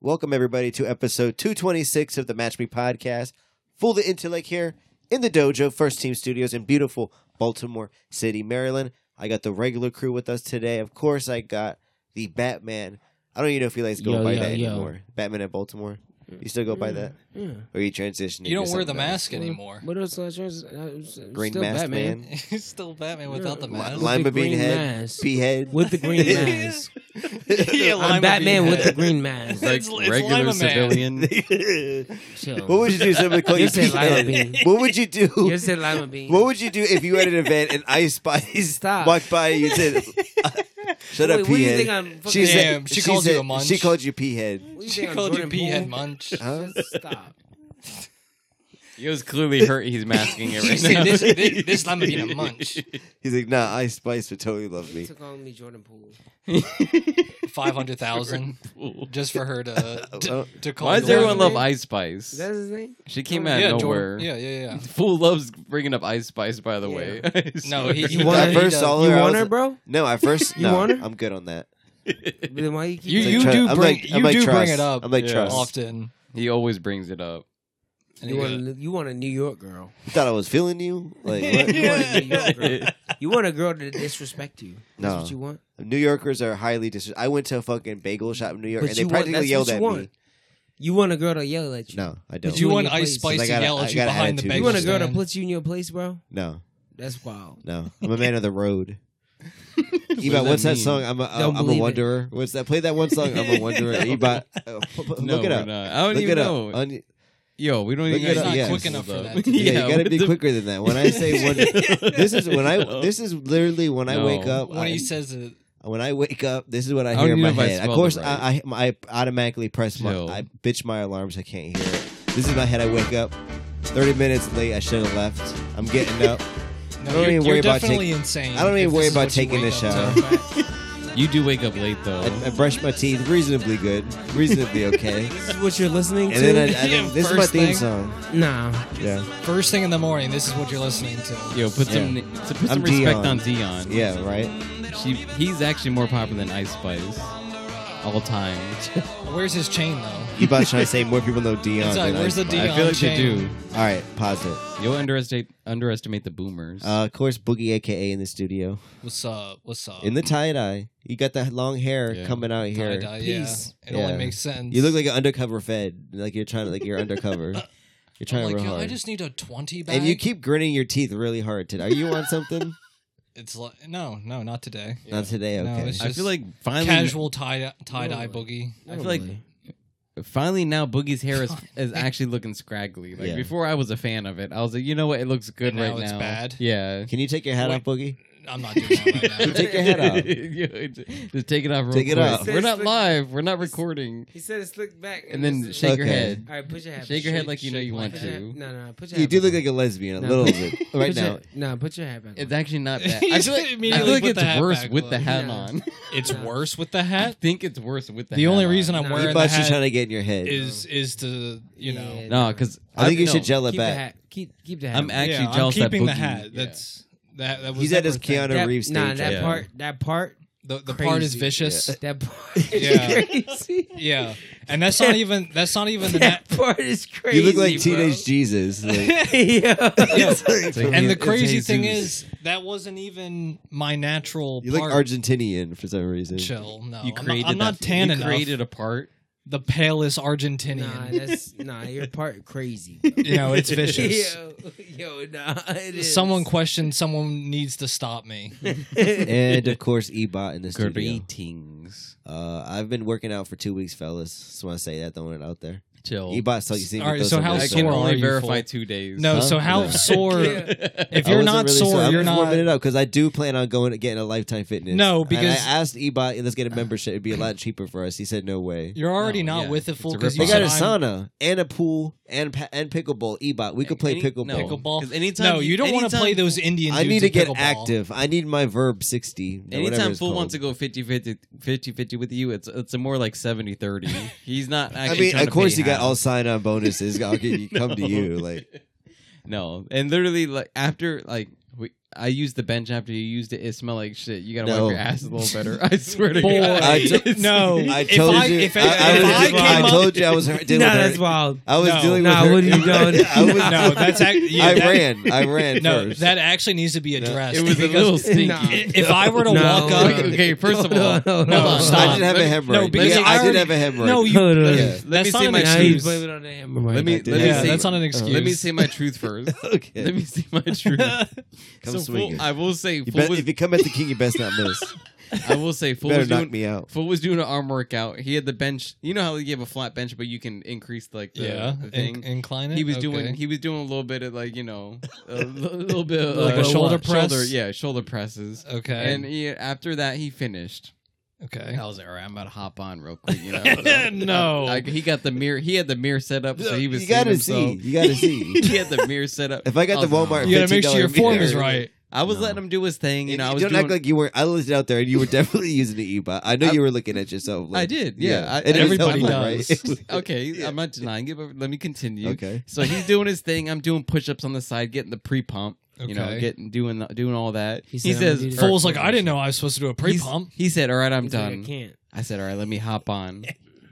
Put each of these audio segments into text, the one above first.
Welcome, everybody, to episode 226 of the Match Me podcast. Full the intellect here in the dojo, First Team Studios in beautiful Baltimore City, Maryland. I got the regular crew with us today. Of course, I got the Batman. I don't even know if he likes going Yo, by yo, that yo. anymore. Batman at Baltimore. You still go by that? Yeah. Or are you transitioning? You don't to wear the something else? mask anymore. What else? uh, I chose? I was- I was Green still masked Batman. man. It's still Batman without the Li- mask. li- Lima the bean green head. mask. Behead. With the green mask. Yeah, Lima I'm Batman bean with the head. green mask. It's- Reg- it's Lima regular Man. civilian. Chill. what would you do? if Somebody call you You said lima Peanut. bean. What would you do? You said lima bean. What would you do if you were at an event and Ice Spice Stop. walked by and you said, "Shut Wait, up, what do you peahead"? think I'm fucking- Damn, she called you said- a munch. She called you peahead. What do you She think I'm called you Jordan peahead Poole? munch. Huh? Just stop. He was clearly hurt. He's masking it You right said now. this, this, this lima bean a munch. He's like, "Nah, Ice Spice would totally love You me." took calling me Jordan Poole. Five hundred thousand just for her to to, to call. Why does you everyone Lima love Ice Spice? Is that his name? she came Bean. out yeah, of nowhere. Jordan. Yeah, yeah, yeah. Fool loves bringing up Ice Spice. By the Yeah. way, No, he- he- When I Yeah, first does. saw her, You I want was- her, bro? No, I first. You no, want her? I'm good on that. Then why you keep You- I'm like, you tru- do I'm bring- like- you I'm like, do bring trust. it up. I'm like Yeah. trust. Often. he always brings it up. And you he want goes, a, you want a New York girl. You thought I was feeling you? Like, what? You want a New York girl. You want a girl to disrespect you. That's No. what you want. New Yorkers are highly dis. I went to a fucking bagel shop in New York But and they you want practically that's yelled what at you want. me. You want a girl to yell at you. No, I But don't. you in want your Ice place. Spice I to gotta- yell I at you gotta behind the attitude. bagel You want a girl to stand. put you in your place, bro? No, That's wild. no. I'm a man of the road. Ebot, does that what's that mean? song? I'm a, Don't I'm a believe it. wanderer. What's that? Play that one song. I'm a wanderer. Ebot, uh, p- p- No, look it we're up. not. I don't Look even it up. know. On- yeah, Yo, we don't Look even. it got up. the Yeah. quick enough for that. you gotta what be the- quicker than that. When I say one, this is when I. This is literally when I No. wake up. when I, he says it, when I wake up, this is what I I don't hear in even my know if I head. Of spelled course, it I, I I automatically press my Chill. I bitch my alarms. I can't hear it. This is my head. I wake up. Thirty minutes late. I should have left. I'm getting up. no, I don't you're, even you're worry about definitely insane. I don't even if worry this is about what you taking a wake up shower. to. You do wake up late though. I, I brush my teeth. Reasonably good. Reasonably okay. This is what you're listening And to? then I, I Yeah, this is my first theme thing. song. nah. Yeah. First thing in the morning, this is what you're listening to. Yo, put some to put I'm some respect Dion. on Dion. Yeah. Right. she, he's actually more popular than Ice Spice all time. Where's his chain though? You about trying to say more people know Dion? It's like, than where's I- the Dion I feel like chain? they do. All right. Pause it. You'll underestimate underestimate the boomers. Uh, of course, Boogie, aka in the studio, What's up? What's up? in the tie dye. You got that long hair Yeah. coming out here. Tie-dye, yeah. Peace. It only Yeah. makes sense. You look like an undercover Fed. Like you're trying to, like you're undercover. You're I'm trying like, real yo, hard. I just need a twenty bag. and you keep gritting your teeth really hard today. Are you on something? It's like no, no, not today. Not today. No, Okay. it's I feel just like finally, Casual tie tie dye boogie. I feel like finally now Boogie's hair is, is actually looking scraggly. Like Yeah. before, I was a fan of it. I was like, you know what, it looks good And right now it's bad? Yeah. Can you take your hat Wait. off, Boogie? I'm not doing that right now. Take your head off. off. Just take it off. Real Take it quick. off. We're not live. We're not recording. He said it's slick back. And then it's- shake your Okay. head. All right, put your hat Shake your head like you know shake you my want Put your hat- to. No, no, put your You hat do back look on. like a lesbian a No. little bit right Put your- now. No, put your hat back It's on. actually not bad. He I feel just like, I immediately feel like put the it's hat worse back with the on. hat Yeah. on. It's Yeah. worse with the I hat. think it's worse with the. The hat only on. reason I'm Nah. wearing the Ebot's just trying hat to get in your head. is is to you know. Yeah, no, because I think you should no. gel it keep the back. hat. Keep keep the hat. I'm on. actually yeah, jealous I'm keeping that the Boogie- hat. yeah. That's that. That was He's at never his a thing. Keanu that, Reeves stage. Nah, that right part. That part. The, the part is Crazy. vicious. Yeah. That part. Is Yeah. crazy. and that's not even that's not even the That nat- part is now. crazy. You look like bro. teenage Jesus. like- yeah. Like, And the it's crazy Jesus. thing is, that wasn't even my natural. you look part. Argentinian for some reason. Chill. No, you I'm created. not, I'm not that- tan you enough. created a part. the palest Argentinian. Nah, that's nah. Your part crazy. bro. you know, it's vicious. Yo, yo, nah. It is. Someone questioned. Someone needs to stop me. And of course, Ebot in the studio. Greetings. Uh, I've been working out for two weeks, fellas. Just want to say that, throwing it out there. Chill. Ebot, so you see me Oh. All right, throw so some how weight I around. can sore are only you, verify fool? two days. No. Huh? So how No. sore? If I you're wasn't not really sore, I'm you're just not. warming it up because I do plan on going to getting a lifetime fitness. No, And because- I asked Ebot, let's get a membership. It'd be a lot cheaper for us. He said no way. You're already No, not yeah, with it, it's fool. a Because ripoff. you They got a said I'm- sauna and a pool and pa- and pickleball. Ebot, we could play Any- pickleball. no. Pickleball. 'Cause anytime no, you- you don't want to anytime- play those Indian. I need dudes to at get pickleball. active. I need my verb sixty. or whatever Anytime it's Fool wants to called. go 50-50, 50-50 with you, it's it's a more like 70-30. He's not I actually. mean, trying of to course, pay you got half. all sign-on bonuses. I'll get you, come to you. Like No, and literally, like after like we, I used the bench after you used it. It smelled like shit. You gotta No. wipe your ass a little better. I swear to Boy. God. I to- No. I If told I- you. if I, I- I if was- I came I up- told you I was hurt. No, Dealing with that's her- wild. I was No. dealing Nah, with what are her- you doing? I was- No, that's act- yeah, I that- ran. I ran No, first. that actually needs to be addressed. it was a because little stinky. i- If I were to No. walk up, Okay, okay, first of all, No, no, no. hold on, Stop. hold I on. did have a Let me- hemorrhoid. No, because yeah, I I, did already- have a hemorrhoid. no, you. Hold Yeah. on. Let me That's see not my an Now you shoes. blame Let it on the hammer. Mike. Let me- I did Uh-huh. let me Yeah, it. see. that's not an excuse. me see my truth first. okay. Let me see my truth. Come so swinging. Fool, I will say, You Fool bet- was, if you come at the king, you best not miss. I will say, Fool Better was knock doing me out. Foot was doing an arm workout. He had the bench. You know how you have a flat bench, but you can increase like the, yeah, the in- thing. incline it. he was Okay. doing. He was doing a little bit of like you know a li- little bit of Like uh, a shoulder press? Uh, Shoulder, yeah, shoulder presses. okay. And he, after that, he finished. okay. I was like, all right, I'm about to hop on real quick. You know, No. I- he got the mirror. He had the mirror set up, so he was. you gotta seeing see. himself. You gotta see. he had the mirror set up. If I got the was like, Walmart "Oh." You gotta make sure your $15 form is meter. right. I was No. letting him do his thing. You know, I don't was doing. act like you weren't. I listened out there, and you were definitely using the ebot. I know I- you were looking at yourself. like- I did, yeah. I- and it was everybody helpful, does. right? okay, Yeah. I'm not denying it, but let me continue. okay. So he's doing his thing. I'm doing push-ups on the side, getting the pre-pump. You know, Okay. getting doing the, doing all that. He He, said, "I'm gonna says, do this." or- Fool's like, I didn't know I was supposed to do a pre he's- pump. He said, "All right, I'm He's like, I done." can't. I said, "All right, let me hop on."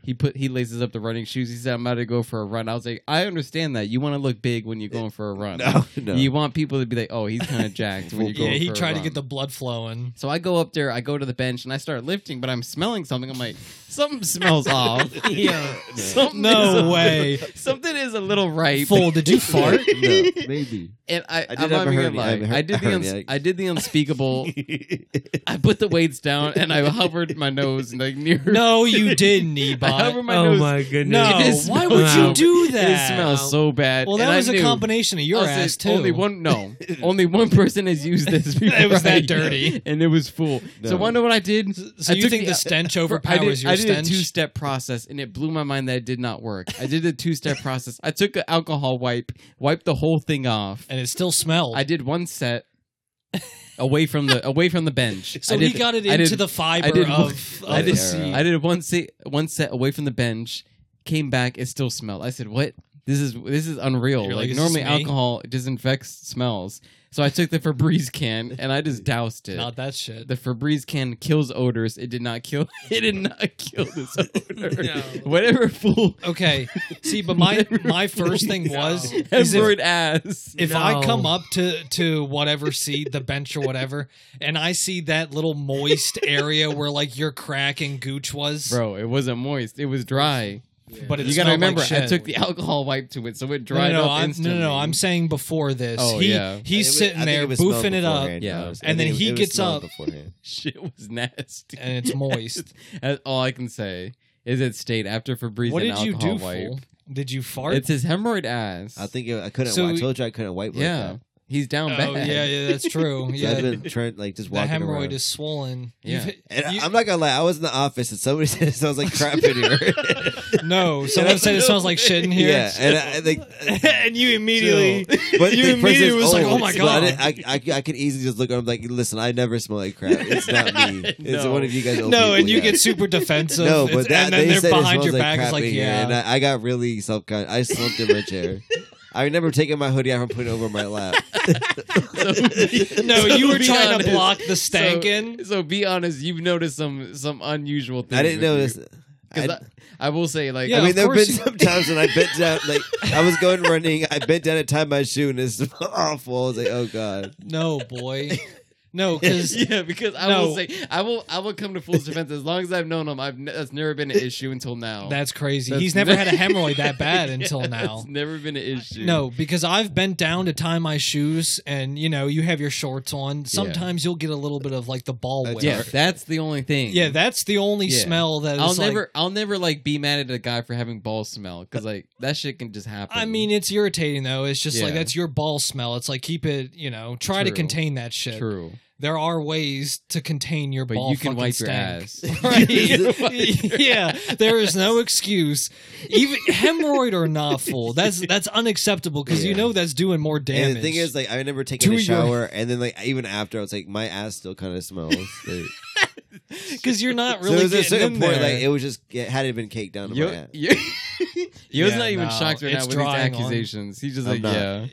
He put he laces up the running shoes. He said, "I'm about to go for a run." I was like, "I understand that. You want to look big when you're going for a run. Uh, No, no. You want people to be like, oh, he's kind of jacked when you go." Yeah, he for a tried to run. get the blood flowing. So I go up there, I go to the bench, and I start lifting, but I'm smelling something. I'm like, something smells off. Yeah. Something is No a- way. Something is a little right. Fool, did you fart? no, maybe. And I, I did am have not a even gonna hernia. I lie. have a her- I did the hernia. uns- I did the unspeakable. I put the weights down and I hovered my nose like near. No, you didn't, I Ebot. hovered my oh nose. my goodness. No, It is why smells- would you Wow. do It that? smells so bad. Well, and that I was a knew- combination of your I said, ass too. Only one, no, only one person has used this. Before It was I- that dirty. and it was full. So No. wonder what I did? So I you took think the stench overpowers I did, your I did stench? a two-step process, and it blew my mind that it did not work. I did a two-step process. I took an alcohol wipe, wiped the whole thing off. and it still smelled. I did one set away from the away from the bench. so I did, he got it I into did- the fiber I did- of, of I the did, sea. I did one set one set away from the bench. Came back, it still smelled. I said, "What? This is this is unreal. You're like, like "Is this normally me?" alcohol disinfects smells." So I took the Febreze can and I just doused it. Not that shit. the Febreze can kills odors. It did not kill. It did not kill this odor. No. Whatever fool okay. See, but my my first thing was is if, hemorrhoid ass. if I No. come up to to whatever seat, the bench or whatever, and I see that little moist area where like your crack and gooch was, Bro, it wasn't moist. It was dry. but it you smelled gotta remember, like shit. I took the alcohol wipe to it, so no, it dried no, no, up I'm, no, no, instantly. no, I'm saying before this. Oh, he, yeah. He's I think sitting it there was smelled boofing it up. beforehand. Yeah. I was- I And then think it- he it was gets smelled up. beforehand. Shit was nasty. And it's moist. That's all I can say is it stayed after Febreze what and did you alcohol do, wipe. fool? Did you fart? It's his hemorrhoid ass. I think it, I couldn't. So- I told you I couldn't wipe. yeah, Like he's down oh, bad. yeah, yeah, that's true. that. So I've Yeah, been trying, like just the walking hemorrhoid around. is swollen. Yeah. You've- and you- I'm not gonna lie, I was in the office and somebody said it smells like crap in here. no, someone said it smells like shit in here. yeah, and I, I think, and you immediately but You the immediately person's was like, old, "Oh my so I God." didn't- I, I, I could easily just look. at am like, listen, I never smell like crap. It's not me. It's No. one of you guys. old no, people, and you yeah. get super defensive. no, It's- but that, and then they they're said it behind smells your like back. crap It's like, in here, and yeah, I, I got really self-conscious. I slumped in my chair. I remember taking my hoodie off and putting it over my lap. So- no, so you were uh, be trying honest. to block the stank so, in. So be honest, you've noticed some some unusual things. I didn't notice. with you. I, 'Cause I, I will say, like, I Yeah, mean, of there have been course you- some times when I bent down, like I was going running, I bent down and tied my shoe, and it's awful. I was like, oh god. No, boy, no, because yeah, because I No. will say I will I will come to Fool's defense as long as I've known him. I've ne- that's never been an issue until now. that's crazy. That's- He's never had a hemorrhoid that bad until Yeah, now. It's never been an issue. No, because I've bent down to tie my shoes, and you know, you have your shorts on. Sometimes you'll get a little bit of like the ball That's wet. yeah, that's the only thing. Yeah, that's the only Yeah. smell that is I'll like- never I'll never like be mad at a guy for having ball smell because like that shit can just happen. I mean, it's irritating though. It's just like Yeah. that's your ball smell. It's like keep it, you know, try to True. contain that shit. true, There are ways to contain your but ball. you can fucking wipe stank. your ass. Right. You can wipe your yeah, there is no excuse, even hemorrhoid or not full. That's that's unacceptable because you Yeah. know that's doing more damage. And the thing is, like, I remember taking To a your- shower, and then, like, even after, I was like, my ass still kind of smells. Like, because you're not so there really was a getting certain in point, there. like, it was just it hadn't been caked down to my You- ass. you- Yo's Yeah, not even no, shocked right now it's with these drawing on. accusations. He's just I'm like, not. yeah.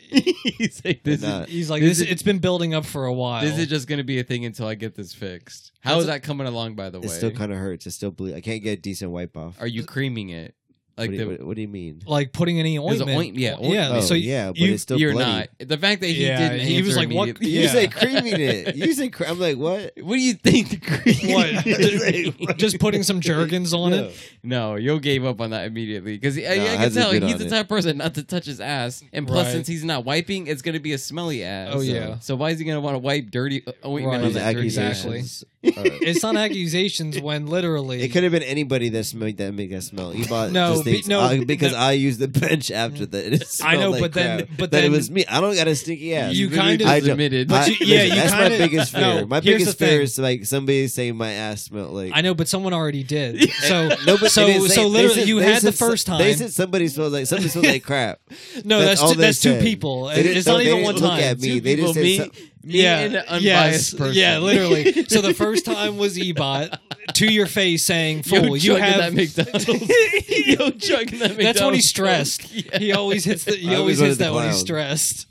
He's like, this I'm is not. He's like, This this is- it's been building up for a while. this is just gonna be a thing until I get this fixed. How That's is a- that coming along? By the way, It still kind of hurts. It still bleeds. I can't get a decent wipe off. are you creaming it? Like what, do you, the what, what do you mean? like putting any There's a ointment. oint- yeah, yeah. oh, ointment. so you, yeah, but you- it's still you're bloody. not. The fact that he Yeah, didn't. he was answer like, what- immediately- You Yeah. say creaming it. You say cre- I'm like what? What do you think the cream? what? just putting some jergens on No. it. No, Yo gave up on that immediately because I, No, I can hasn't tell he's been the on it. type of person not to touch his ass, and plus Right. since he's not wiping, it's gonna be a smelly ass. Oh, yeah. So why is he gonna want to wipe dirty o- ointment Right. on These that dirty ass? Exactly. accusations. are- It's not accusations when literally It could have been anybody that smelled that made that smell. You bought No, just be- thinks, no, "Oh, because no. Mm. I used the bench after that. It I know, smelled like but then- crap." but it then- was me. I don't got a stinky ass. You He literally kinda- just I don't- admitted. I- But you- yeah, you that's my kinda- biggest fear. no, my here's biggest the fear thing. is like somebody saying my ass smelled like. I know, but someone already did. So No, but so they didn't say- so they literally said- you they had the said so- first time. They said somebody smells like somebody smells like crap. no, that's that's all two, they that's two said. people. They didn't- It's no, not they even didn't one look time. at me. Two They just people, said me, some- me and an unbiased yes, person. Yeah, literally. So the first time was Ebot to your face saying, Yo "Fool, you chugging have." that McDonald's. Yo chugging that McDonald's. That's when he's stressed. Yeah. He always hits. The, he I always was one hits of the that when he's clowns. stressed.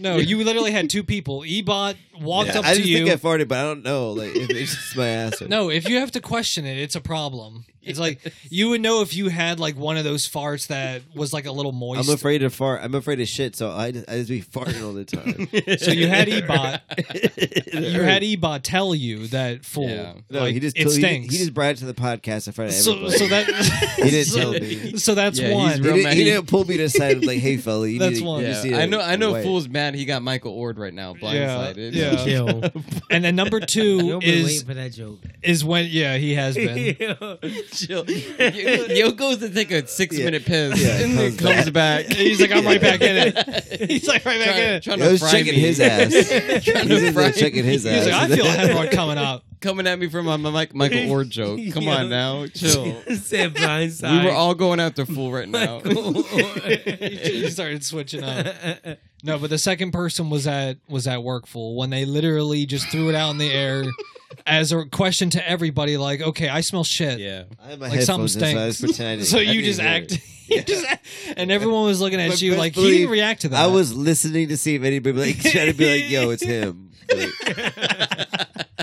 No, you literally had two people. Ebot walked Yeah, up I to just you. think I farted, but I don't know. Like if it's just my ass. or- No, if you have to question it, it's a problem. It's like you would know if you had like one of those farts that was like a little moist. I'm afraid to fart. I'm afraid of shit, so I just, I just be farting all the time. so you had Ebot. you had Ebot tell you that fool. Yeah. No, like, he just it told- he- stinks. He, just brought it to the podcast in front of so, everybody. so that he didn't so, tell me. So that's Yeah, he's He one. real- didn't, he man. didn't pull me to the side and be like, "Hey, fella, you That's need to, one. You Yeah. just need I to know. I know. wait." Fool's mad. He got Michael Ord right now, blindsided. Yeah. Yo, and then number two you'll be is waiting for that joke. is when yeah he has been. Chill. Yo goes to take a six Yeah. minute piss Yeah, and then comes comes back. He's like I'm right back in it. it. He's like right back in it. trying, trying I to was fry checking me. his ass. He's Trying to in there fry me. checking his ass. He's like I feel a hemorrhoid coming up. Coming at me from my Mike, Michael Ord joke. Come on now, chill. Said blindside. We were all going after Fool right now. He started switching up. No, but the second person was at was at workful when they literally just threw it out in the air as a question to everybody, like, "Okay, I smell shit." yeah. I had my Like, something headphones, in, so I was stinks. pretending. So I you didn't just hear it. act, you just act- and everyone was looking at But you best like he believe didn't react to that. I was listening to see if anybody like trying to be like, "Yo, it's him." Like,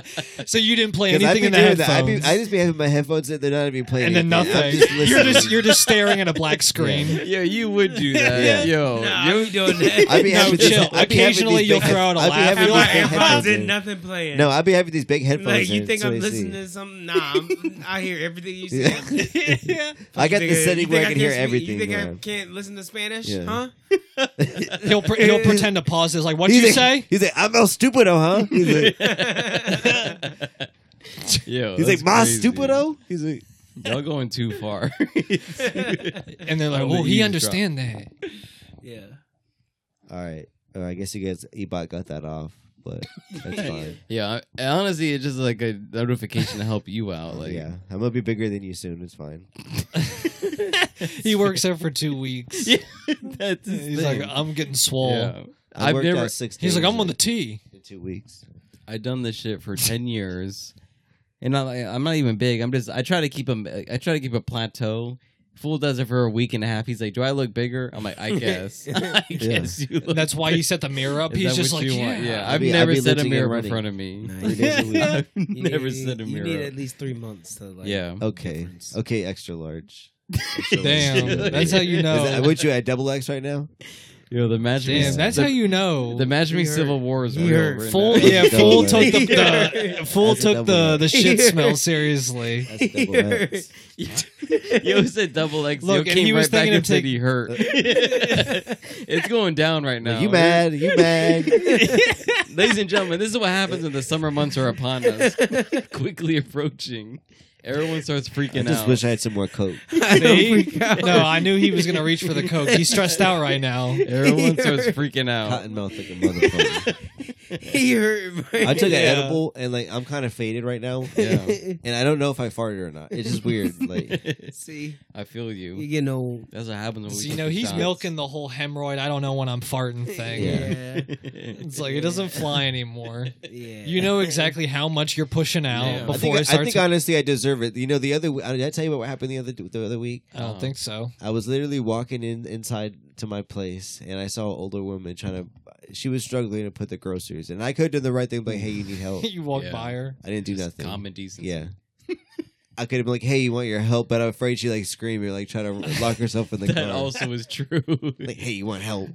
so you didn't play 'cause I'd anything be in the doing headphones, that. I'd be, I just be having my headphones in. They're not even playing. and then anything. nothing. I'm just listening. you're just you're just staring at a black screen. Yeah, you would do that. Yeah. Yo. Nah, yo- I be doing that. I'd be No, having chill. These, I'd be having Occasionally these you'll big, throw out a I'd be laugh. having And these my big headphones AirPods in. in nothing playing. No, I'd be having these big headphones. like you in, think so I'm they see. listening to something? Nah, I'm, I hear everything you say. Yeah. yeah. I got You the think you setting think where I can hear speak- everything. You think I man. can't listen to Spanish? Yeah. Huh? He'll pre- he'll pretend to pause. It's like, "What He's you like, say?" He's like, I'm El Stupido, huh? He's like, Yo, he's that's like Mas crazy. Stupido? He's like, Y'all going too far. And they're like, I'm the "Oh, he eavesdrop. understand that." Yeah. all right. Uh, I guess you guys, Ebot got that off, but that's fine. yeah, I- honestly, it's just like a notification to help you out. Like, yeah, I'm gonna be bigger than you soon. It's fine. He works there for two weeks. Yeah, that's his He's thing. like, I'm getting swole. yeah. I "Oh, I've worked never. out six. He's like, days I'm on the in- T. in two weeks. I done this shit for ten years, and I, like, I'm not even big. I'm just. I try to keep a. I try to keep a plateau. Fool does it for a week and a half. He's like, "Do I look bigger?" I'm like, "I guess. I guess you." Look And that's why he set the mirror up. Is He's that just what like, you yeah. want? I'd I've be- I'd never be set a lifting and mirror in running. front of me. Three days a week. I've You never need- set a You mirror. need at least three months to like. yeah. Okay, difference. okay, extra large. Extra large. Damn, that's how you Is that, know. would you at double X right now? Yo, the matchmaking. Damn, that's the, how you know. The matchmaking He civil hurt. war is He real. hurt. right Fool, now. yeah, That's a double Fool X. took the, the Fool That's a took double the X. the shit smell seriously. That's double X. Yo said double X. Look, Yo and came he was right back thinking and of said take- he hurt. it's going down right now. You mad? You mad? Ladies and gentlemen, this is what happens when the summer months are upon us, quickly approaching. Everyone starts I freaking just out. wish I had some more coke. Oh See? No, I knew he was gonna reach for the coke. He's stressed out right now. Everyone starts freaking out. Cotton mouth like a motherfucker. he hurt. I took an Yeah. edible and like I'm kind of faded right now, Yeah. and I don't know if I farted or not. It's just weird. Like See, I feel you you. get no. That's what happens when we. So, take you know, the he's shots. milking the whole hemorrhoid. I don't know when I'm farting thing. Yeah. It's like it doesn't fly anymore. Yeah. You know exactly how much you're pushing out Yeah. I I before think, I it starts. think honestly I deserve it. You know, the other did I tell you what happened the other the other week? I don't think so. I was literally walking in inside to my place, and I saw an older woman trying to. She was struggling to put the groceries, and I could have done the right thing, but hey, you need help. you walk Oh. Yeah. by her. I didn't do Just nothing. Common decency. Yeah. I could have been like, "Hey, you want your help?" But I'm afraid she like screamed or like try to lock herself in the That car. also is true. like, "Hey, you want help?"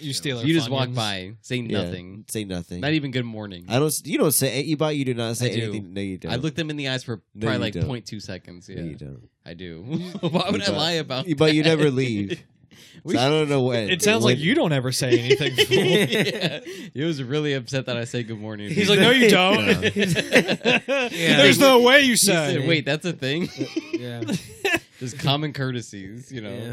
You steal her. you just walk Funyuns. by, say Yeah. nothing, Say nothing. not even good morning. I don't. You don't say Ebot. You do not say I do. anything. No, you don't. I look them in the eyes for No, probably you like don't. 0.2 seconds. No, Yeah, you don't. I do. Why would I Ebot. lie about? Ebot, you that? never leave. We So I don't know when. It sounds like When- you don't ever say anything. fool. yeah. He was really upset that I said good morning. He's like, no, you don't. Yeah. There's no way you He said. said, Wait, that's a thing. Yeah. Just common courtesies, you know. yeah.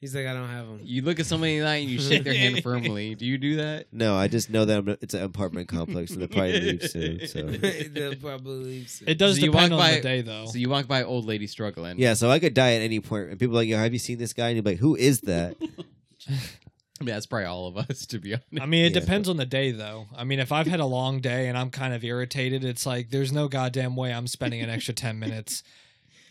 He's like, I don't have them. You look at somebody like that and you shake their hand firmly. Do you do that? No, I just know that I'm, it's an apartment complex and they'll probably leave soon. So They'll probably leave soon. It does So you depend on walk by- the day, though. So you walk by old lady struggling. yeah, so I could die at any point, and people are like, "Yo, have you seen this guy?" And you're like, "Who is that?" I mean, that's probably all of us, to be honest. I mean, it Yeah. depends on the day, though. I mean, if I've had a long day and I'm kind of irritated, it's like there's no goddamn way I'm spending an extra ten minutes.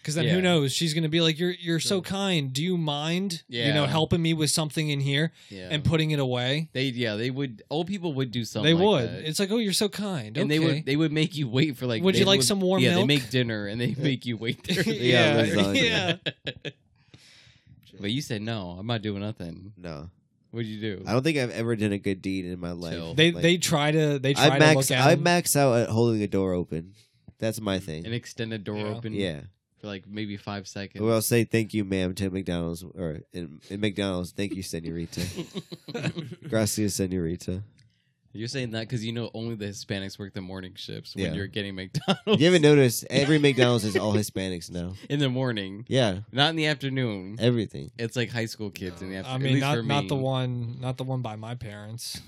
Because then Yeah. who knows? She's gonna be like, "You're you're so kind. Do you mind? You know, Yeah. helping me with something in here Yeah. and putting it away." they yeah they would old people would do something. they like would. that. It's like, "Oh, you're so kind." and okay. they would they would make you wait for like. Would they you like some warm Yeah, they milk? make dinner and they make you wait there. Yeah, yeah, lasagna. yeah. But you said no. I'm not doing nothing. No, What'd you do? I don't think I've ever done a good deed in my life. Chill. They Like, they try to they try I to max look at. I 'em. max out at holding a door open. That's my thing. An extended door Yeah. open. yeah, For like maybe five seconds. or I'll say thank you, ma'am, to McDonald's or in, in McDonald's. Thank you, senorita. Gracias, senorita. You're saying that because you know only the Hispanics work the morning shifts when Yeah. you're getting McDonald's You haven't noticed every McDonald's is all Hispanics now. in the morning, Yeah, not in the afternoon. everything. It's like high school kids in the I afternoon. mean, not not the one not the one by my parents.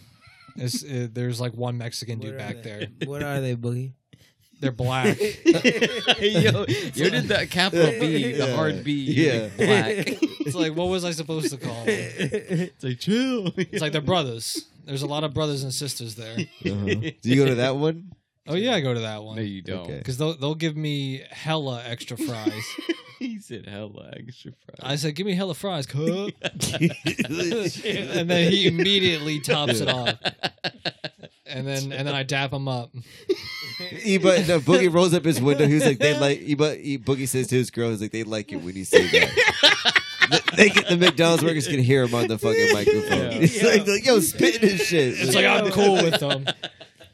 It's, uh there's like one Mexican Where dude are back they? there. What are they, Boogie? They're black. yo, yo did the capital B, the Yeah. hard B. Yeah. like, black. It's like, what was I supposed to call? 'em? it's like chill. It's like they're brothers. There's a lot of brothers and sisters there. Uh-huh. Do you go to that one? Oh yeah, I go to that no, one you don't. Okay. because they'll they'll give me hella extra fries. he said hella extra I fries. said, give me hella fries, cook. and then he immediately tops it off. And then and then I dap him up. Eba, no, Boogie rolls up his window. He was like, they like, Eba, he, Boogie says to his girl, he's like, they like it when you say that. the, they get, the McDonald's workers can hear him on the fucking microphone. Yeah. He's like, like, yo, spitting his shit. It's like I'm cool with them.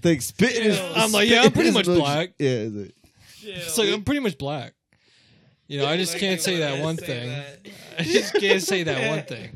like spitting his. I'm like, yeah, I'm pretty spitting his much black. Yeah, it's like- It's like I'm pretty much black. You know, I just can't say that one thing. I just can't say that one thing.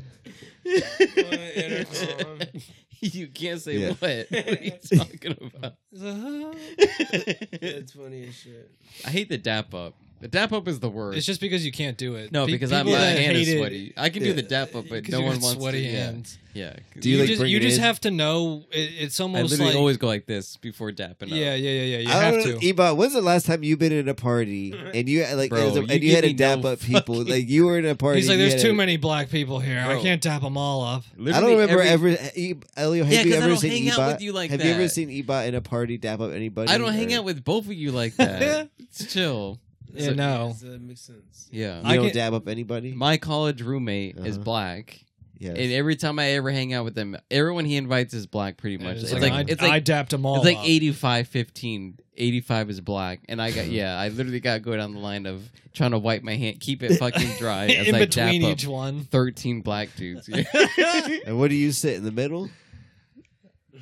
you can't say Yeah. what. What are you talking about? It's like, huh? I That's funny as shit. hate the dap up. The dap up is the worst. It's just because you can't do it. no, Pe- because I'm, people my that hand is hate it sweaty. I can do the dap up, but 'cause no you one got wants sweety to. yeah. hands. Yeah. 'cause Do you, like, just, bring you it just in? have to know. It, it's I almost literally like always go like this before dapping yeah, yeah, up. yeah, yeah. You I have don't know, to. Eba, when's the last time you've been in a party and you like Bro, it was a- you and you give had to me dap no up people? fucking- Like you were in a party. He's like, and you had there's too to- many black people here. Bro. I can't tap them all up. I don't Literally remember every- ever. E- Elio, have Yeah, you 'cause I ever don't seen hang Ebot? out with you like have you ever that. seen Ebot in a party dap up anybody? I don't hang or- out with both of you like that. it's chill. Yeah, no. Does that make sense? Yeah. You I don't can- dab up anybody. my college roommate is Uh-huh. black, yeah. and every time I ever hang out with him, everyone he invites is black pretty much. It's, It's like, like, I, it's like I dapped them all. It's like up. 85 15. 85 is black. And I got, yeah, I literally got to go down the line of trying to wipe my hand, keep it fucking dry as in I dap between up each one. 13 black dudes. Yeah, and what do you sit in the middle?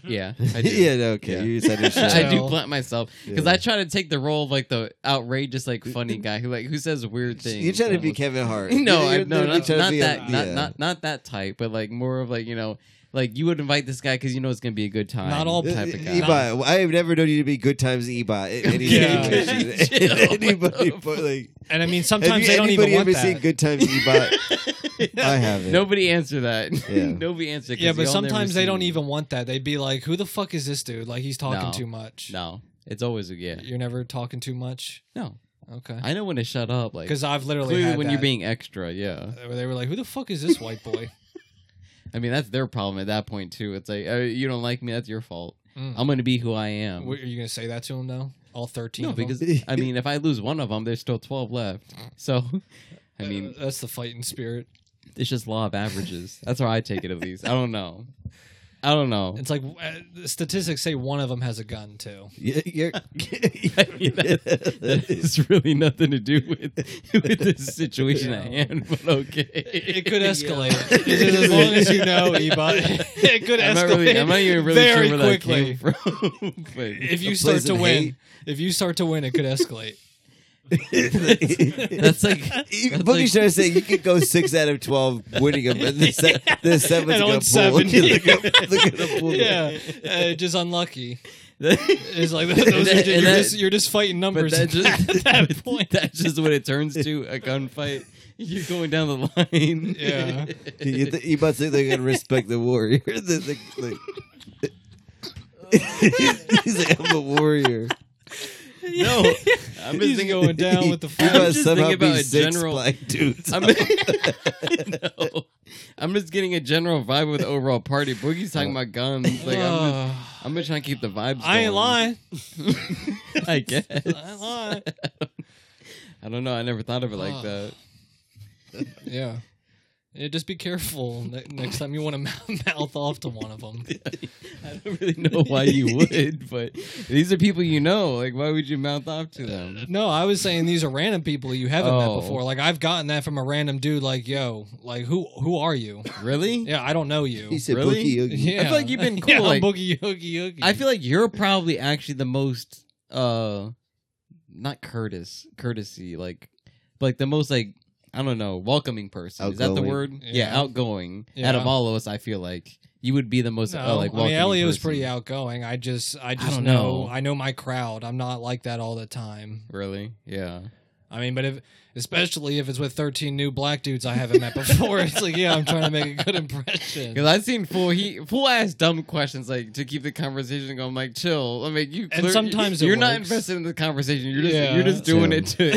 yeah I do. yeah, no, okay. Yeah. You just understand. I do Chill. blunt myself because Yeah. I try to take the role of like the outrageous, like funny guy who like who says weird things. You're trying to be almost. Kevin Hart. No, You're- I, you're no, literally not, trying to not be a- that, not, yeah. not not that type, but like more of like you know, like you would invite this guy because you know it's gonna be a good time. Not all type of guy. Uh, Ebot, I have never known you to be good times Ebot in any Yeah. situation. Chill. anybody, but like, And I mean, have sometimes you they don't anybody even want ever that. seen good times Ebot? I have it. Nobody answer that. Yeah. Nobody answer. 'cause yeah, but y'all never sometimes they seen don't it. even want that. They'd be like, "Who the fuck is this dude? Like he's talking No. too much." No, it's always a yeah. You're never talking too much. No, Okay. I know when to shut up. Like Because I've literally clearly had when that. you're being extra. Yeah, They were like, "Who the fuck is this white boy?" I mean that's their problem at that point too. It's like oh, you don't like me. That's your fault. Mm. I'm gonna be who I am. What, are you gonna say that to him though? All thirteen? no, of 'em? because I mean if I lose one of them, there's still twelve left. So, I mean Uh, that's the fighting spirit. it's just law of averages. That's how I take it at least. I don't know. I don't know. It's like uh, the statistics say one of them has a gun too. Y- you're- I mean, that, that has really nothing to do with, with this situation at hand, but okay. It could escalate Yeah. as long as you know, Eba. It could escalate I'm not, really, I'm not even really very sure where quickly. that came from. but If you A start to pleasant win, hate. if you start to win, it could escalate. that's like You, that's Boogie like- started saying you could go six out of twelve winning them, and the, se- the seventh And on gonna pull. seven. Look at- look at the pull. yeah, uh, just unlucky. It's like those And are that- just, you're, and that- just, you're just fighting but numbers that just, at that point. that's just what it turns to a gunfight. You're going down the line. Yeah. You, th- you must think they're gonna respect the warrior. The- the- like- He's like, I'm a warrior. No, I'm just He's thinking. going down with the You I'm fight. must just somehow thinking about be a six general- black dudes. I'm, no, I'm just getting a general vibe with the overall party. Boogie's talking about guns. Like I'm, just, I'm gonna try and keep the vibes. Ah, Oh. I ain't going. lying. I guess. I ain't lying. I don't know. I never thought of it like Oh. that. Yeah. Yeah, just be careful ne- next time you want to mouth off to one of them. I don't really know why you would, but these are people you know. Like, why would you mouth off to them? No, I was saying these are random people you haven't Oh. met before. Like I've gotten that from a random dude. Like, yo, like who who are you? Really? Yeah, I don't know you. he said, Really? "Boogie, Oogie." yeah, I feel like you've been cool, Yeah, I'm like- boogie Oogie Oogie. I feel like you're probably actually the most uh not courteous courtesy like but like the most like I don't know welcoming person is that the Outgoing. word yeah, Yeah. outgoing Yeah. out of all of us I feel like you would be the most uh, no, like I mean welcoming Elliot was person. pretty outgoing. I just I just don't know, know. I know my crowd. I'm not like that all the time. really yeah I mean, but if especially if it's with 13 new black dudes I haven't met before, it's like yeah, I'm trying to make a good impression. because I've seen full he full ass dumb questions like to keep the conversation going like chill I mean you clear, sometimes it you're not works. invested in the conversation you're just Yeah. you're just doing Yeah. it to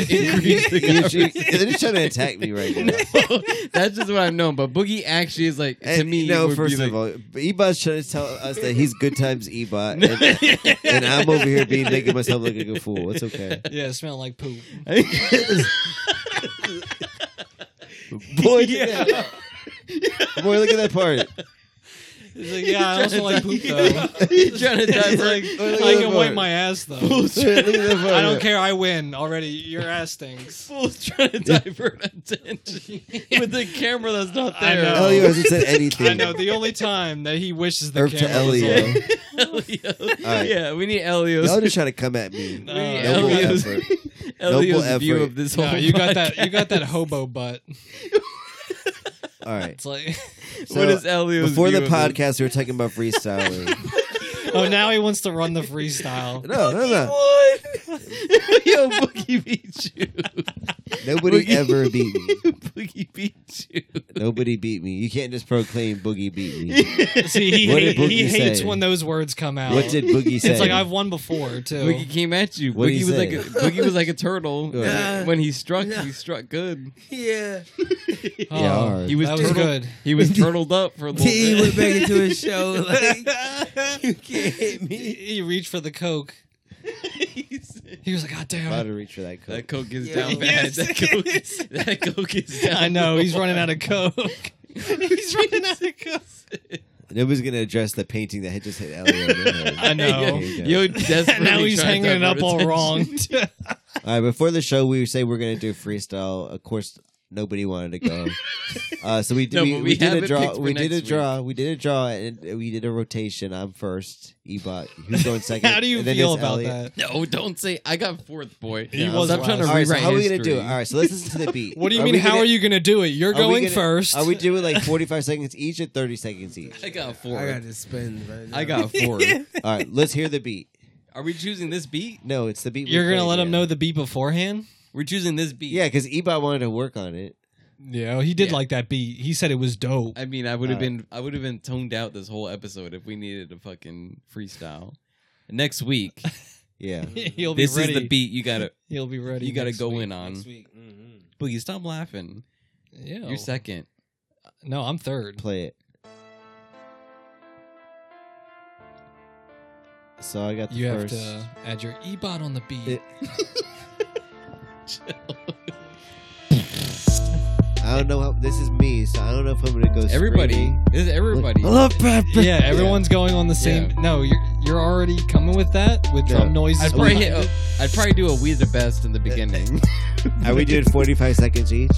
increase the He- conversation. she- They're just trying to attack me right now. That's just what I've known, but Boogie actually is like to And, me. no, would first be like, of all, Ebot's trying to tell us that he's good times Ebot, and, and I'm over here being making myself look like a fool. It's okay. Yeah, it smelled like poop. Boy, look at that. boy, look at that part. It's like, yeah, I also like poop though. He's trying to It's divert. like, look I at can that wipe part. my ass though. Fool's Look at that part. I don't care. I win already. Your ass stinks. Fool's trying to divert attention with the camera that's not I there. know. Elio hasn't said anything. I know. The only time that he wishes the Herb camera to was Elio. on. Elio. right. Yeah, we need Elio's. Y'all just trying to come at me. we need No, Noble Elio's, effort. Elio's Noble view effort. of this whole. No, you got that. podcast. You got that hobo butt. All right. It's like, So, what is Elio's Before view the of this? podcast, we were talking about freestyling. oh, now he wants to run the freestyle. No, no, no. Yo, Boogie beat you. Nobody Boogie- ever beat me. Boogie beat you. Nobody beat me. You can't just proclaim Boogie beat me. See, he, What did hate- he Boogie hates say? when those words come out. What did Boogie say? it's like I've won before too. Boogie came at you. What'd Boogie he was say? like a, Boogie was like a turtle. Go ahead. when he struck, he struck good. Yeah. Oh, Yeah, all right. He was that was turtled. good. He was turtled up for a little He bit. went back into his show like you can't hit me. He reached for the coke. He was like, I'm "God out damn it!" of reach for that That cook. coke is Yeah. down Yes. bad. That coke is, that coke is down. I know he's running out of coke. he's running out of coke. Nobody's gonna address the painting that had just hit Elio. in the head. I know. Here you go. Yo, desperately now he's trying hanging to it up divert all attention. wrong. All right, before the show, we say we're gonna do freestyle. Of course, nobody wanted to go, uh, so we did. No, we, but we we have did it a draw. picked for We did a next draw. We did a draw, and we did a rotation. I'm first. Ebot, who's going second? How do you and then feel it's about Elliot. that? No, don't say I got fourth, boy. He Yeah, was I'm trying to last. All right, rewrite so how are we gonna history. do? it? All right, so let's listen to the beat. What do you Are mean? we how gonna- are you going to do it? You're are we going gonna- first. Are we doing like 45 seconds each and 30 seconds each? I got I fourth. got to spin. Right I got fourth. All right, let's hear the beat. Are we choosing this beat? No, it's the beat. we You're going to played, let him yeah. know the beat beforehand? We're choosing this beat. Yeah, because Ebot wanted to work on it. Yeah, he did Yeah. like that beat. He said it was dope. I mean, I would have Uh, been I would have been toned out this whole episode if we needed a fucking freestyle. Next week, Yeah. He'll be this ready. is the beat you gotta He'll be ready. you gotta next go week. in on. Next week. Mhm. Boogie, stop laughing. Ew. You're second. No, I'm third. Play it. So I got the You have first. to add your ebot on the beat. It- I don't know how this is me, so I don't know if I'm gonna go. Everybody, screaming. this is everybody. I love Pepper. yeah, everyone's going on the same. No, you're you're already coming with that with No. drum noises. I'd probably hit, behind it. oh, I'd probably do a we the best in the beginning. Are we doing 45 seconds each?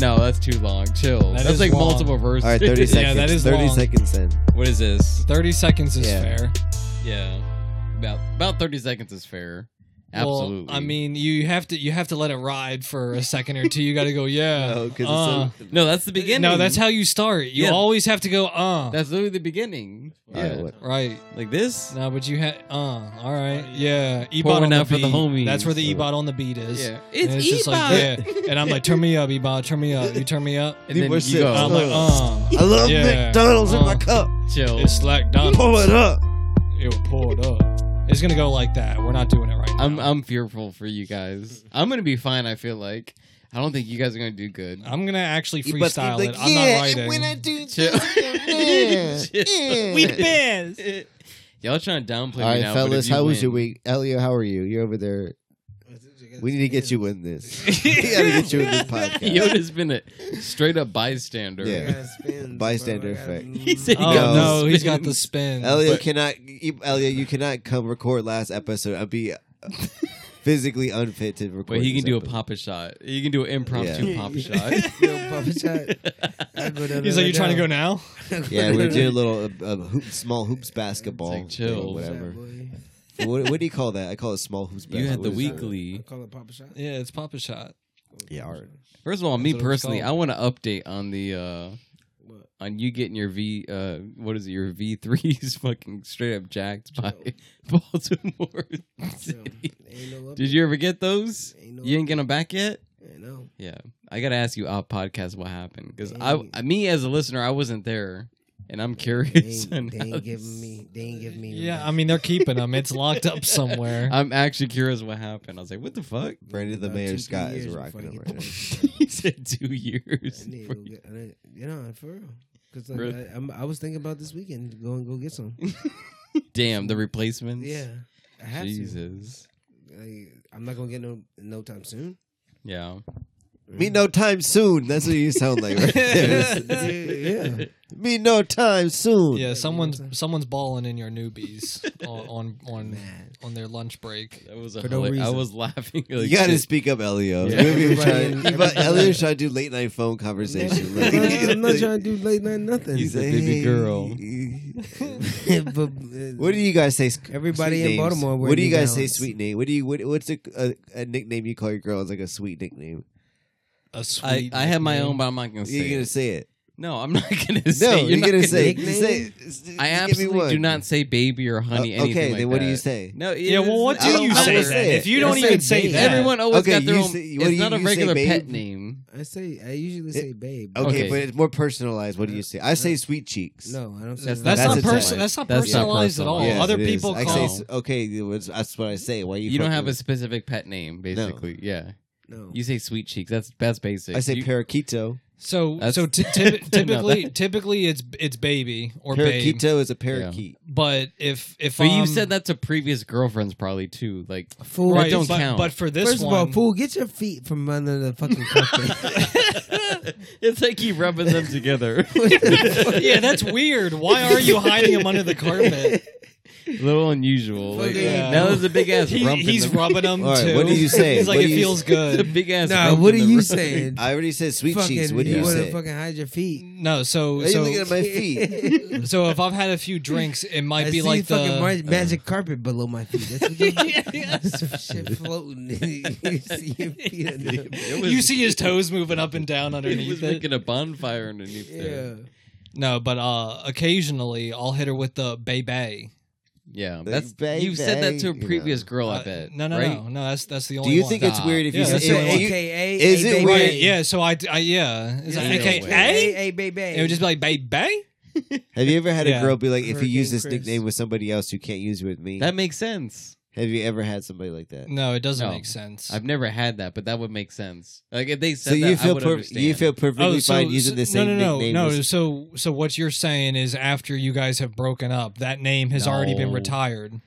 no, that's too long. Chill. That that's is like long. multiple verses. All right, 30 Yeah, seconds. that is 30 long. seconds then. What is this? Thirty seconds is Yeah. fair. Yeah, about about thirty seconds is fair. Well, Absolutely. I mean, you have to you have to let it ride for a second or two. You got to go. Yeah. No, 'cause it's uh. so- no, that's the beginning. no, that's how you start. You Yeah. always have to go. Uh. That's literally the beginning. All Yeah, right, what- right. like this. No, but you had. Uh. All right. Yeah. Ebot Pouring on the out for the beat. homies. That's where the Yeah. ebot on the beat is. Yeah, And it's just like yeah. And I'm like, turn me up, ebot. Turn me up. You turn me up. and then We're you sitting- go. And I'm like, uh. I love Yeah. Oh. McDonald's in my Uh. cup. chill. It's like Donald. Pull it up. It will pull it up. It's gonna go like that. We're not doing it right now. I'm I'm fearful for you guys. I'm gonna be fine. I feel like I don't think you guys are gonna do good. I'm gonna actually You must be freestyle like, it. I'm yeah, not writing. And when I do this, Chill. yeah, yeah. biz. Y'all trying to downplay All me right, now? but if fellas, you how was win- your week? Elio, how are you? You're over there. We need to get you in this. we gotta get you in this podcast. Yoda's been a straight up bystander. Yeah. I gotta spin, Bystander bro. I gotta effect. do- He said he Oh got the no, he's got the spins. spin. Elio But- cannot. You, Elio, you cannot come record last episode. I'd be uh, physically unfit to record. But he can this do a episode. pop shot. He can do an impromptu Yeah. pop Yo, Papa Shot. I go down He's there like, you're trying to go right now? now. Yeah, we did a little uh, uh, hoop, small hoops basketball. It's like chill. or whatever. Boy. what, what do you call that? I call it small hoops. you Basketball. had the What is that? weekly. I call it Papa Shot. Yeah, it's Papa Shot. Yeah, all right. First of all, me That's what it's personally, I called. want to update on the uh What? on you getting your V uh what is it, your V threes fucking straight up jacked by Baltimore City. Ain't no up- Did you ever get those? Ain't no You ain't getting them back yet? Ain't no. Yeah. I gotta ask you off podcast what happened. Because I, I me as a listener, I wasn't there. And I'm They curious. ain't, on they how ain't this- giving me. They ain't giving me. Yeah, I mean, they're keeping them. It's locked up somewhere. I'm actually curious what happened. I was like, what the fuck? Brandon the About Mayor two, Scott three is years rocking before I him get right now. to- he said two I years. need to go get- I need- You know, for real. Because like, Really? I, I'm, I was thinking about this weekend to go and go get some. Damn, the replacements. Yeah, I have to. Jesus. Like, I'm not gonna get no no time soon. Yeah. Me no time soon. That's what you sound like right there. yeah, yeah. Me no time soon. Yeah, someone's time. someone's balling in your newbies on on on, Man. on their lunch break. That was a For no hila- I reason. was laughing. You like, gotta shit. speak up, Elio. Yeah. Maybe we're Everybody- trying- Elio should try to do late night phone conversation. I'm, not, I'm not trying to do late night nothing. He's a baby girl. But, uh, What do you guys say? Everybody sweet in names? Baltimore wear What do you New guys say? Balance. Sweet name. What do you? What, what's a, a, a nickname you call your girl? It's like a sweet nickname. A I, sweet I have my nickname. own, but I'm not gonna say. You're gonna it. say it. No, I'm not gonna say. No, it. you're not gonna say. it. nickname? Say it. Just give I me absolutely do one. not say baby or Uh, honey. okay, anything like then what do you that. say? No. it Yeah, well, is- what I do don't you know. say I'll say then? it. If you I'll don't say even say babe. that, Everyone always Okay, got their you own. say- what do it's you- not a you say regular babe? pet name. I say I usually say babe. Eh, Okay, Okay. but it's more personalized. What do you say? I say sweet cheeks. No, I don't say That's that. that's, That's not a person. text. That's not That's not personalized at all. personalized. Yes, Other it is. people I call. say s- okay, it was- that's what I say. Why you? You don't fucking- have a specific pet name, basically. Yeah. no. You say sweet cheeks. That's that's basic. I say You- paraquito. So That's- so ty- typ- No, typically that- typically it's it's baby or babe. Paraquito is a parakeet. But if if But um, you said that to previous girlfriends, probably too. Like Fool, Right, Right, don't but, count. But for this First one, of all, fool, get your feet from under the fucking carpet. it's like you rubbing them together. yeah, that's weird. Why are you hiding him under the carpet? a little unusual. Like, Yeah. Now there's a big ass He- rump. in he's the- rubbing him All right, too. what do you say? He's like, What it do you feels say? It's a good. big ass. nah, rump what are in the you road. saying? I already said sweet fucking, cheeks. What do you want say? to fucking hide your feet? No, so Are you looking so, at my feet? so if I've had a few drinks, it might I be see like uh, fucking the mar- magic carpet below my feet. That's what yeah, Some shit floating. you see your feet under. It was- you see his toes moving up and down He was underneath it. making a bonfire underneath there. Yeah. No, but uh occasionally I'll hit her with the baby. Yeah, Big that's baby, you said that to a you know. previous girl. Oh, I Uh, bet. No, no, right? no, no. That's that's the Do only. you one. think it's Nah. weird if you Yeah, say that's That's your it. hey, Hey, you- AKA. is a it baby. weird- right? Yeah. So I, I yeah. Is Yeah, that no AKA? A, a baby. It would just be like babe, babe. Have you ever had a Yeah. girl be like, if you use Hurricane this Chris. nickname with somebody else, you can't use it with me? That makes sense. Have you ever had somebody like that? No, it doesn't No. make sense. I've never had that, but that would make sense. Like if they said So you that, I feel would per- understand. you feel perfectly fine using the same Oh, no, no, no, nickname? no. as- So, so what you're saying is, after you guys have broken up, that name has already been No. retired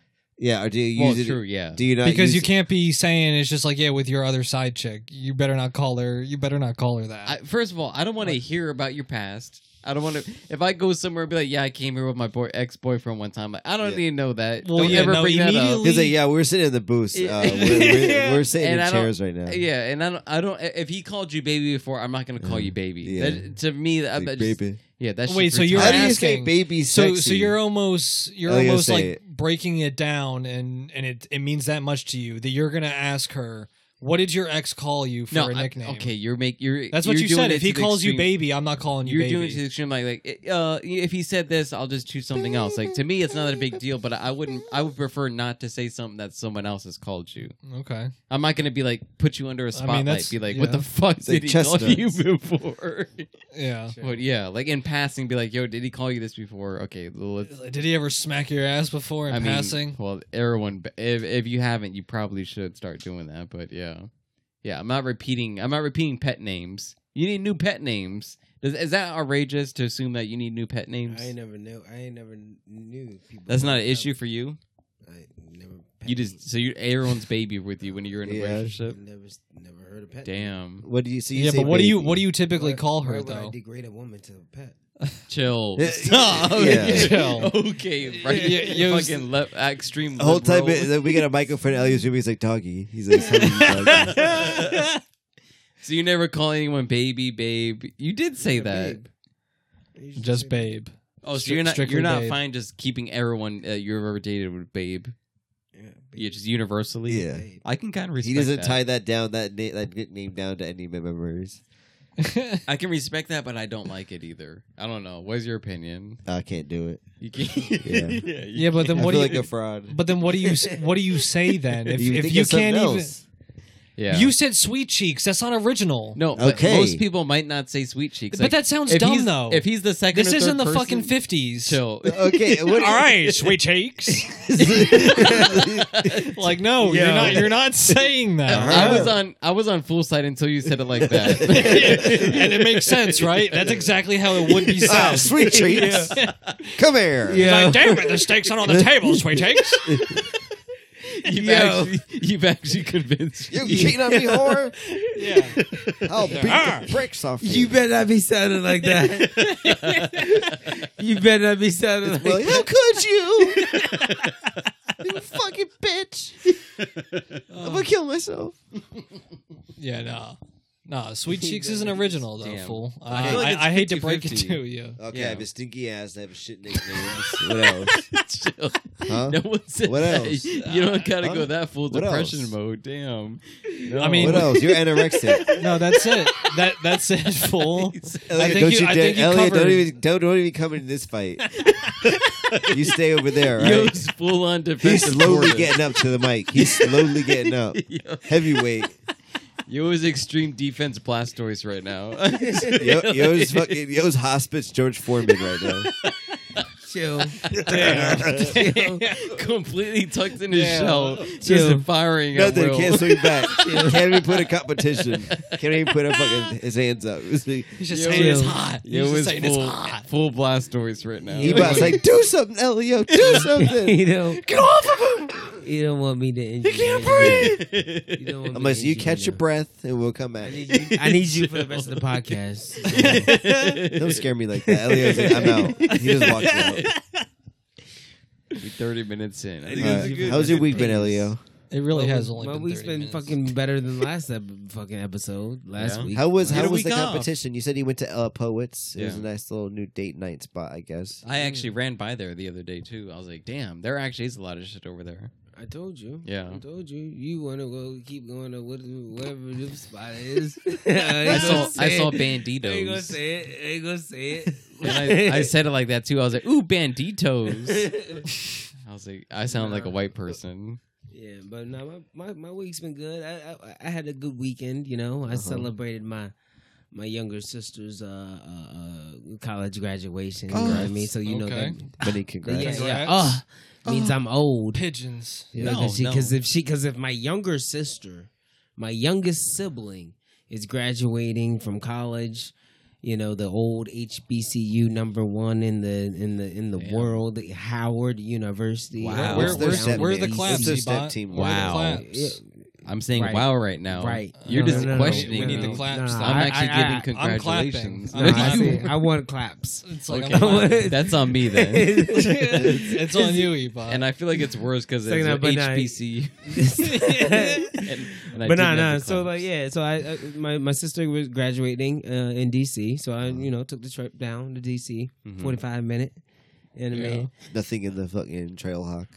yeah, or do you well, use true, it? yeah. Do you not because use you can't be saying it's just like yeah, with your other side chick. You better not call her. You better not call her that. I, first of all, I don't want to hear about your past. I don't want to. If I go somewhere and be like, "Yeah, I came here with my boy ex boyfriend one time," like, I don't Yeah. need to know that. Well, don't yeah, ever no, bring that up. immediately- He's like, yeah, we're sitting in the booth. Uh, we're, we're, we're sitting And in I don't- chairs right now. Yeah, and I don't. I don't. If he called you baby before, I'm not going to call Yeah. you baby. Mm, Yeah. That, to me, that, Like, that just- baby. yeah, that's Wait, so you're How do you say asking- baby so, sexy? so you're almost you're Oh, yeah, almost say like it. breaking it down, and and it it means that much to you that you're gonna ask her what did your ex call you for no a I- nickname? okay. You're make you're that's what you're you doing said. it If to he the calls you extreme. baby, I'm not calling you You're baby. doing it to the extreme, like, like uh, if he said this, I'll just choose something else. Like to me, it's not a big deal, but I wouldn't. I would prefer not to say something that someone else has called you. okay. I'm not gonna be like put you under a spotlight. that's- be like, yeah. what the fuck like did he call chestnuts. you before? Yeah. but yeah, like in passing, be like, yo, did he call you this before? Okay, well, let's. Did he ever smack your ass before in I mean, oh, passing? well, everyone. If if you haven't, you probably should start doing that. But yeah, yeah, I'm not repeating. I'm not repeating pet names. You need new pet names. Does, is that outrageous to assume that you need new pet names? I ain't never knew. I ain't never knew people. That's not an like issue that. for you. I never. You just so you everyone's baby with you when you're in a Yeah. relationship. never never heard of pet. Damn, What do you? So you yeah, say but what do you baby. what do you typically Why- call why her would I though? degrade a woman to a pet. chill. Yeah. Stop. Yeah. Chill. Okay, right. Yeah, yeah, it was- fucking left extreme. The whole time liberal. it- we got a microphone. Elliott's room. He's like doggy. He's like, "Hello, doggy." so you never call anyone baby, babe. You did say Yeah, that. babe. Just babe. Oh, so Stri- you're not strictly you're not babe. fine just keeping everyone uh, you've ever dated with babe. Yeah, babe. Yeah, just universally. Yeah. Babe. I can kind of respect. He doesn't that. tie that down that na- that nickname down to any memories. I can respect that, but I don't like it either. I don't know. What's your opinion? I can't do it. You can't. Yeah. yeah, you Yeah, but then I what feel do like you? a fraud. but then what do you? s- What do you say then? If You you, if think you of something can't even, else. yeah. you said sweet cheeks. That's not original. No, but Okay. most people might not say sweet cheeks. but Like, that sounds if dumb he's- though. If he's the second, this or is third in the person, fucking fifties. Chill. okay, what All right, sweet cheeks. like no, you're Yeah. not. You're not saying that. Uh-huh. I was on I was on full side until you said it like that. and it makes sense, right? That's exactly how it would be Ah, said. sweet treats. Come here. He's like, damn it, the steaks are on the table, sweet cheeks. you've, Yo. actually, you've actually convinced You me. cheating on me, whore? Yeah. I'll beat Ah. the bricks off you. You better not be sounding like that. you better not be sounding like Well, how could you? you fucking bitch. I'm gonna kill myself. Yeah, no. No, Sweet Cheeks isn't original, though, Damn. fool. Uh, I feel like it's I, I hate to break it 50-50. to you. Okay, Yeah. I have a stinky ass. I have a shit nickname. what else? Chill. Huh? No one said "Ah." What that. else? You don't gotta Huh? go that full What depression else? mode. Damn. I mean- What else? You're anorexic. No, that's it. That That's it, fool. Elliot, think don't you- you I dare, think you Elliot, don't covered- even don't, don't even come into this fight. you stay over there, Yo, right? it's full on He's defensive. slowly order. getting up to the mic. He's slowly getting up. Yo, Heavyweight. Yo is extreme defense Blastoise right now. Yo, yo's fucking yo's hospice George Foreman right now. chill. chill. completely tucked in his Yeah. shell, Chill. just firing at Nothing will. can't swing back. Can't even put a competition. Can't even put a fucking his hands up. It's like- He's just Yo, saying it's yo. hot. Yo He's is just saying it's full, hot. full Blastoise right now. He about to say, do something, Elio, do something. you don't Get off of him! you don't want me to injure. You can't breathe. You don't want me Unless to you injure catch your now. breath and we'll come I back. need you, I need you for the rest of the podcast. Don't scare me like that. Elio's like, I'm out. He just walks out. We're 30 minutes It in. All was right. a good- How's your week been, Thanks. Elio? It really Well, has only well, been week's 30 been minutes. fucking better than last ep- fucking episode last Yeah. week. How was Get how a was the week off. competition? You said you went to uh, Poets. It was a Yeah. nice little new date night spot, I guess. I actually ran by there the other day too. I was like, "Damn, there actually is a lot of shit over there." I told you. Yeah. I told you. You want to go keep going to what- whatever the spot is. I I ain't saw gonna say I saw it. I ain't gonna banditos, say it. I ain't gonna say it. and I, I said it like that too. I was like, "Ooh, banditos." I was was like, I sound like a white person. Yeah, but no, my, my, my week's been good. I, I I had a good weekend. You know, I Uh-huh. celebrated my my younger sister's uh, uh uh, college graduation. Oh, you know what I mean? So you know okay. that. Many congrats. Yeah, yeah. Congrats. Oh, means Oh. I'm old. Pigeons. You know, No, cause she, no. Because if she, because if my younger sister, my youngest sibling, is graduating from college, you know, the old HBCU number one in the in the in the Yeah. world, the Howard University. Wow. Where, It's It's their where's, step where's the team. claps? It's their Ebot? step team. Where are the Wow. claps? Yeah, I'm saying Right. wow right now. Right. You're No, just no, no, no. questioning. We need the me. claps. No, I'm I- actually I- giving I- I'm clapping. congratulations. I'm No, No, I, you- said, I want claps. It's like Okay, I'm wow. like- that's on me then. it's on you, Ebot. And I feel like it's worse because it's Second up, but no, HBCU. and, and but I did no, have no. the So claps. like, yeah. So I, I my my sister was graduating uh, in D.C. So I, Mm-hmm. you know, took the trip down to D.C. Mhm. forty five minute. And I Yeah. mean, Nothing in the fucking trail hawk.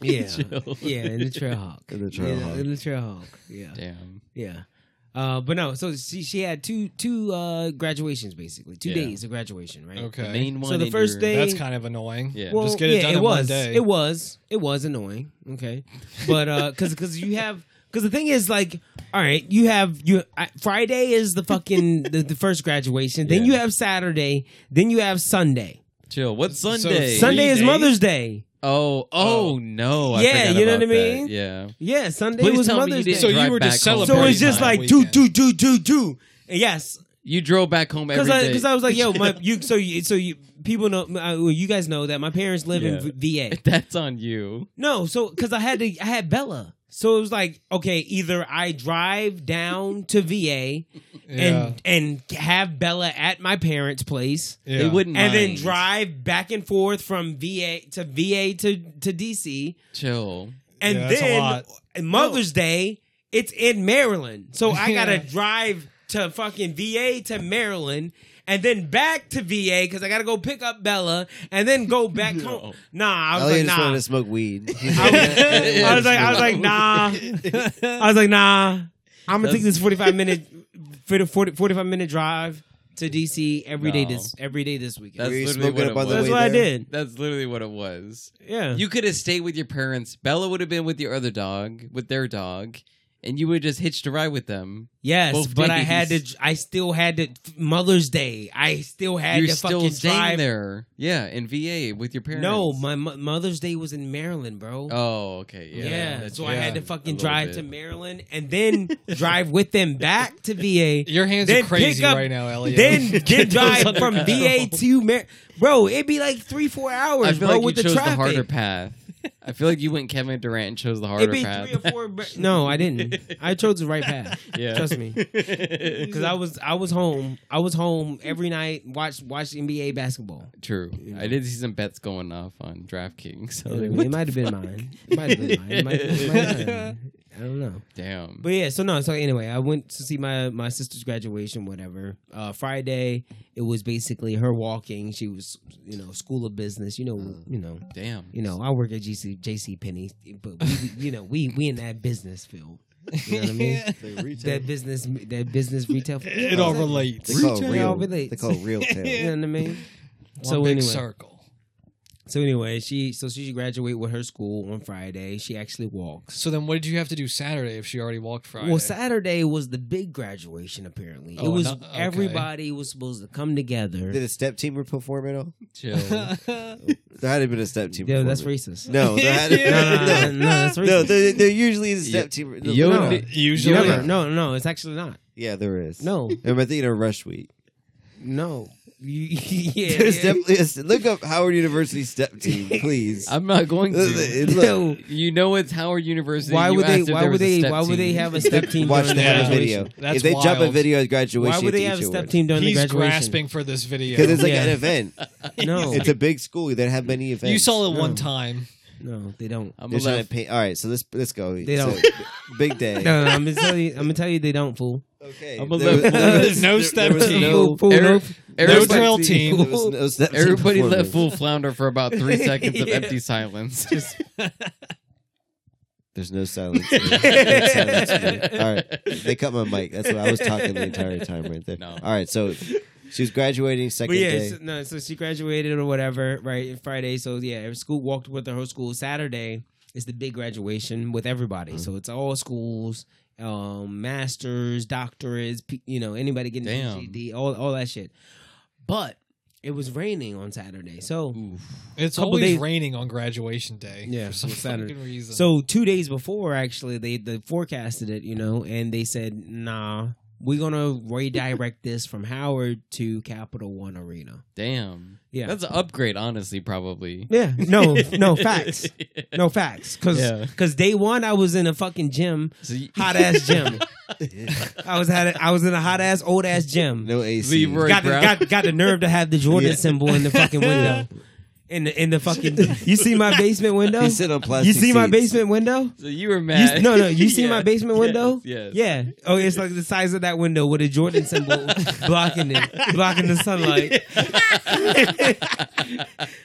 yeah, Chill. yeah, in the trail hawk, In the trail yeah, hawk. in the trail hawk, yeah, Damn. yeah. Uh, but no, so she she had two two uh graduations basically, two Yeah. days of graduation, right? The okay. main one. the in first your- day- That's kind of annoying. Yeah. Well, Just get it yeah, done it in was, one day. It was, it was annoying. Okay, but uh, because because you have because the thing is like, all right, you have you I, Friday is the fucking the, the first graduation, then Yeah. you have Saturday, then you have Sunday. Chill. What's Sunday? Three Sunday is days? Mother's Day. Oh, oh, no. I Yeah, forgot you know about what I that. mean? Yeah. Yeah, Sunday Please was tell me you Mother's Day. didn't So you drive were just back home. So Party it's just time like do weekend. do do do do. And yes, You drove back home every because day. because I, was like, yo, my you so you so you people know uh, well, you guys know that my parents live in V- Yeah. VA. That's on you. No, so because I had to I had Bella, so it was like okay, either I drive down to VA Yeah. and and have Bella at my parents' place. Yeah. They wouldn't. And then mind. drive back and forth from VA to VA to, to DC. Chill. And Yeah, that's a then lot. Mother's Day, it's in Maryland. So I got to Yeah. drive to fucking VA to Maryland and then back to VA because I got to go pick up Bella and then go back home. Nah, I was Elliot like, just wanted nah. to smoke weed. I was like, I was like, nah. I was like, nah. I'm gonna take this 45 minute, for the 40, 45 minute drive to DC every day No. this every day this weekend. That's Were you literally smoking up what it on the was. That's way what I there? did. That's literally what it was. Yeah. You could have stayed with your parents. Bella would have been with your other dog, with their dog, and you would have just hitched a ride with them. yes, both but I had to. days. I still had to. Mother's Day. I still had You're to still fucking staying drive. there. Yeah, in VA with your parents. No, my mo- Mother's Day was in Maryland, bro. Oh, okay. yeah, Yeah. that's- so I had to yeah, a fucking little drive bit. to Maryland and then drive with them back to VA. Your hands Then are crazy pick up- right now, Elliot. Then then Get those drive under from control. VA to Mar- bro. It'd be like three four hours, I feel bro. like you with chose the the, traffic, harder path. I feel like you went Kevin Durant and chose the harder it'd be path. three or four. br- no, I didn't. I chose the right path. yeah. Trust me, because I was I was home. I was home every night. Watch watch NBA basketball. True. I did see some bets going off on DraftKings. I was It, like, what the might have been mine. It might have been mine. It might, it might have been. I don't know. damn? But yeah, so no, so anyway, I went to see my my sister's graduation, whatever. Uh, Friday, it was basically her walking. She was, you know, school of business. You know, Mm. you know, damn. you know. I work at GC JC Penney, but we, we- you know, we we in that business field. You know what I mean? That business, that business retail. It all relates. They call it Retail real. relates. They call it real tail. You know what I mean? One so big anyway, circle. so anyway, she so she graduated with her school on Friday. She actually walks. So then, what did you have to do Saturday if she already walked Friday? Well, Saturday was the big graduation. Apparently, it Oh, was no- okay. everybody was supposed to come together. Did a step teamer perform at all? Chill. There had to been a step team. Yeah, that's performance. racist. No, there had to no, no, no, no, no, no, that's racist. there, there usually is a step team. No, Yo- no. No. Usually, Never. Yeah. No, no, it's actually not. yeah, there is. No, I'm thinking of Rush Week. no. You- yeah, There's yeah. definitely a st- look up Howard University step team, please. I'm not going to. It- look, Yo, You know it's Howard University. why You would they? asked if Why there would was a they? step Why would they team. have a step team? watch during them have a graduation. video. That's if they drop a wild. video at graduation, Why would they have a step team during the he's graduation? grasping for this video. Because it's like Yeah. Oh. an event. No, It's a big school. They have many events. you saw it one No. time. no, they don't. I'm They're gonna trying to left. paint. All right, so let's let's go. They So, don't. big day. No, no, I'm gonna tell you. I'm gonna tell you they don't fool. Okay. I'm a There was- little- there was- No there- step there was team. no- Fool, Every- fool. No everybody- drill team. there was no step team Everybody performance. let Fool flounder for about three seconds of Yeah. empty silence. Just There's no silence. here. There's silence here. All right. They cut my mic. That's what I was talking the entire time right there. No. All right. So She's graduating But second yeah, day. so, no. So she graduated or whatever, right? Friday. So yeah, if school walked with her whole school. Saturday is the big graduation with everybody. Mm. So it's all schools, um, masters, doctorates, pe- you know, anybody getting Damn. a GED, all all that shit. But it was raining on Saturday, so It's Couple always days- raining on graduation day. Yeah, for some on Saturday. fucking reason. So two days before, actually, they they forecasted it, you know, and they said, "Nah, we're gonna redirect this from Howard to Capital One Arena." Damn. Yeah, That's an upgrade, honestly, probably. yeah. No, no facts. No facts. Because Yeah. day one, I was in a fucking gym, So you- hot ass gym. I was had I was in a hot ass old ass gym. no AC. Leroy got, the, Brown. got got the nerve to have the Jordan Yeah. symbol in the fucking window. In the in the fucking you see my basement window. He sit on plastic. You see my seats. basement window. so you were mad. You, no, no. You see Yeah. my basement Yes, window? Yes. Yeah. Oh, it's like the size of that window with a Jordan symbol blocking it, blocking the sunlight.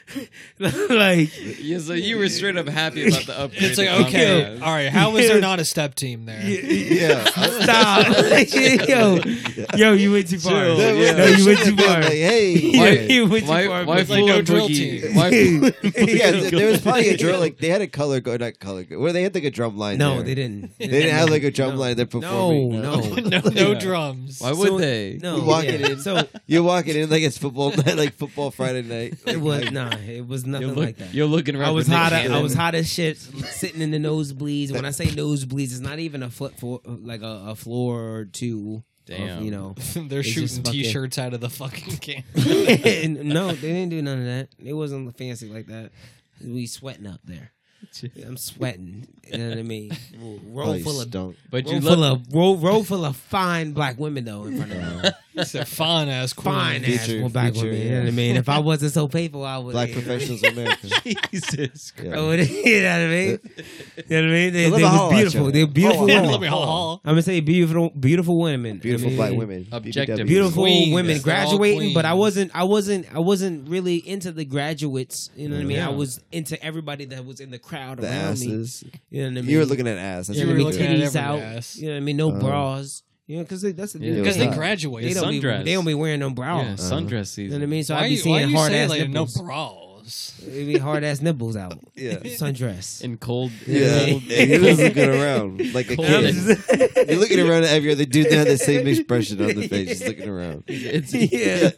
like, Yeah, so you were straight up happy about the upgrade. it's like to okay, Comcast. all right. How was Yeah. there not a step team there? Yeah. stop. yo, yo, you went too far. Chill, That was- Oh, yeah. No, you went too Yeah, far. like, hey. Yeah, yeah. you went too Why, far. why but- fool no and drill boogie? team. Why yeah, th- there was probably a drum. Like they had a color go, not color go. Well, they had like a drum line. no, there. they didn't. They didn't have like a drum No. line. They're No, performing. no. no, no Yeah. drums. Why would So- they? No, You walk yeah. it in. So You're walking in like it's football night, like football Friday night. it Like, was nah. It was nothing You're, look- like that. you're looking around. I was for Nick hot. I Cannon. was hot as shit, sitting in the nosebleeds. When I say nosebleeds, it's not even a foot for like a, a floor or two. of, Damn. you know. They're It's just shooting fucking- t-shirts out of the fucking can. no, they didn't do none of that. It wasn't fancy like that. We sweating up there. I'm sweating. You know what I mean? Roll probably full of stunk. but you roll full love. of roll, roll full of fine black women though in front of me. It's a fine ass queen. Fine ass Feature- well, black feature, women. You yeah. know what I mean? If I wasn't so painful, I would. Black you know what I mean? professionals in America. Jesus Yeah. Oh, you know what I mean? You know what I mean? They, Let me they holler was at beautiful. you. They're beautiful Holler at women. me. Let me haul. I'm gonna say beautiful, beautiful women, Beautiful I mean, black women. Objective. BBWs. beautiful Queens. women They're all graduating. But I queens. wasn't, I wasn't, I wasn't really into the graduates. You know what I mean? Yeah. I was into everybody that was in the crowd The around me. asses. You know what I mean? You were looking at ass. That's You what were we looking did. at titties every out. ass. You know what I mean? No Oh. bras. You know, because that's the Yeah. thing. It Because was they hot. graduate. They don't be, Sundress. they don't be wearing no bra. Yeah, sundress You know what I season. mean? So why I be you, why seeing you hard say ass like no nipples. bras? It'd be hard ass nipples out. Yeah. Sundress. In cold. Yeah, in cold- and he was looking around like a Cold. kid. You're looking around at every other dude that had the same expression on the face. Just looking around. It's, yeah,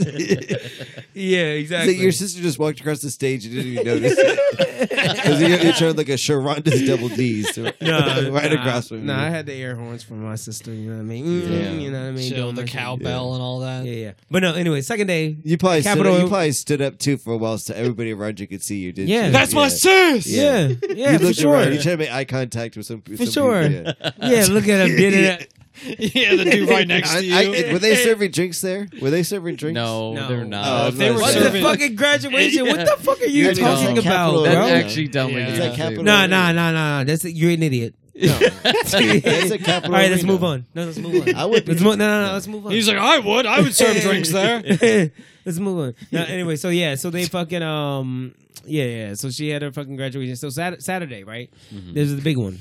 It's yeah, like exactly. your sister just walked across the stage and didn't even notice it. Because you you turned like a Sharonda's double D's to- no, right nah, across from No, I me. had the air horns from my sister. You know what I mean? Mm, Yeah. You know what I mean? Chill, Doing the my shit. cowbell and all that. Yeah, yeah. But no, anyway, second day. You probably, stood Capital- up, you probably stood up too for a while so everybody around you could see you, didn't Yeah. you? That's my sis. Yeah. Yeah, yeah, you for looked sure. around. You tried to make eye contact with some For sure. People, yeah. Yeah, look at him. Did it. yeah, the dude right next to you. I, I, were they serving drinks there? Were they serving drinks? no, No. they're Oh, not. if they were What serving- the fucking graduation? What the fuck are you Yeah, no. talking That's about, capital- bro? That's Well, actually dumb. Yeah. when Is you that say capital? no, no, no, no, no. That's you're an idiot. That's a All capital right, let's arena. move on. No, let's move on. I would be- Let's mo- no, no, no. Let's move on. He's like, I would. I would serve drinks there. Let's move on. No, anyway, so yeah, so they fucking um yeah, yeah. So she had her fucking graduation. So Sat- Saturday, right? Mm-hmm. This is the big one.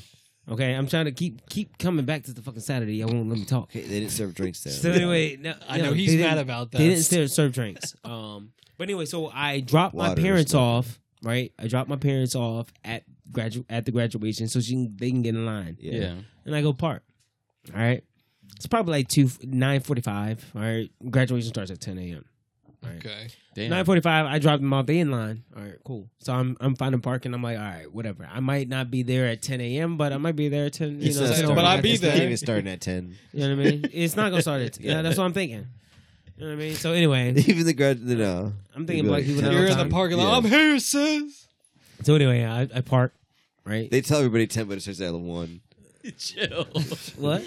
Okay, I'm trying to keep keep coming back to the fucking Saturday. Y'all won't let me talk. Okay, they didn't serve drinks there. So anyway, no, I no, know they he's didn't- mad about that. They didn't serve, serve drinks. Um, but anyway, so I dropped my Water or parents something. off. Right, I dropped my parents off at gradu- at the graduation, so she can, they can get in line yeah. Yeah. and I go park. All right. It's probably like two nine forty five. All right. Graduation starts at ten AM. Okay. Nine Damn. forty five, I drop them off, they in line. All right, cool. So I'm I'm finding parking. I'm like, all right, whatever. I might not be there at ten AM, but I might be there at ten you It's know, not so- so starting But I'll at- be it's there. Not even starting at ten. you know what I mean? It's not gonna start at yeah, that's what I'm thinking. You know what I mean? So anyway, Even the grad, no. I'm thinking You'd be black people "10." all You're in time. the parking Yeah. lot. I'm here, sis. so anyway, I, I park, right? They tell everybody ten, but it starts at one. Chill. what?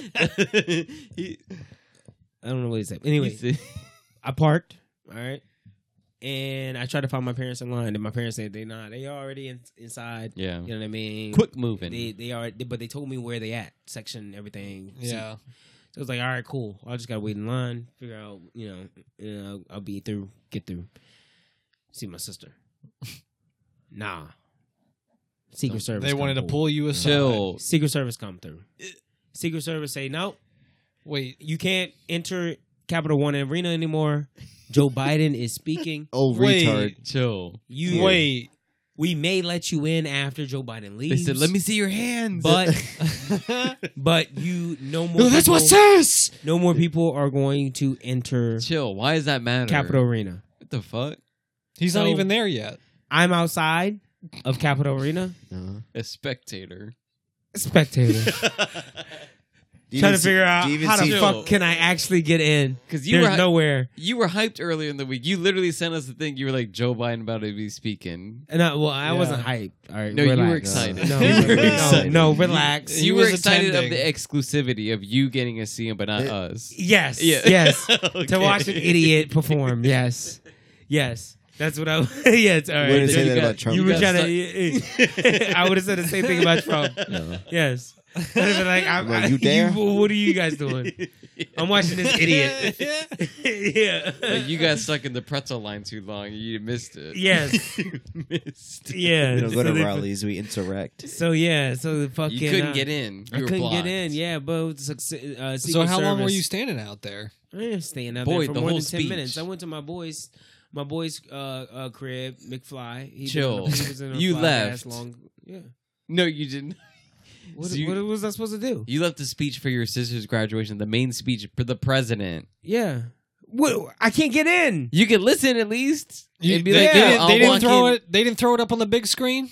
He- I don't know what he said. Anyway, he said- I parked, all right, and I tried to find my parents in line, and my parents said they not, they already in, inside. Yeah. You know what I mean? Quick moving. They they are, but they told me where they at, section, everything. seat. Yeah. So I was like, all right, cool. I just gotta wait in line, figure out, you know, you know, I'll be through, get through, see my sister. nah. Secret Service. They come wanted to through. pull you aside. Chill. Secret Service come through. Secret Service say no, Wait. you can't enter Capital One Arena anymore. Joe Biden is speaking. Oh, Wait. retard. Chill. You Wait. We may let you in after Joe Biden They leaves. said, "Let me see your hands." But but you no more. No, that's what people, says. no more people are going to enter chill. Why does that matter? Capitol Arena. What the fuck? He's not So- even there yet. I'm outside of Capitol Arena, Uh-huh. A spectator. spectator, Do you even trying to figure see- out do you even how the see- Yo. fuck can I actually get in. Because you There's were nowhere. you were hyped earlier in the week. You literally sent us the thing. You were like, "Joe Biden about to be speaking." And I, well, I Yeah. wasn't hyped. All right, No, you were relax. excited. No, You no, were no, excited. no, relax. He you were was excited of attending. the exclusivity of you getting to see him, but not Yeah. us. Yes, Yeah. yes. Okay. To watch an idiot perform. Yes, yes. That's what I. yes, all You right. wouldn't then say you that got- about Trump. you you were got trying to. I would have said the same thing about Trump. No. Yes. I'd have been like, I'm, Like, I- you dare? what are you guys doing? I'm watching this idiot. yeah. Like, you got stuck in the pretzel line too long. You missed it. Yes. you missed. it. Yeah. We don't go So to they- Raleigh's. We interact. So yeah. So the fucking. You couldn't uh, get in. You I were couldn't blocked. get in. Yeah, but it was a succe- uh, So Secret how long were Service. you standing out there? I didn't stay in out Boy, there for the more whole than ten speech. minutes. I went to my boys, my boys' uh, uh, crib, McFly. He he Chill. was in a You fly left. ass Long, yeah. No, you didn't. What, So you- what was I supposed to do? You left the speech for your sister's graduation, the main speech for the president. Yeah. What? I can't get in. You can listen at least. You- and be they, like, they "Yeah, didn't, I'll they didn't walk throw in." it. They didn't throw it up on the big screen.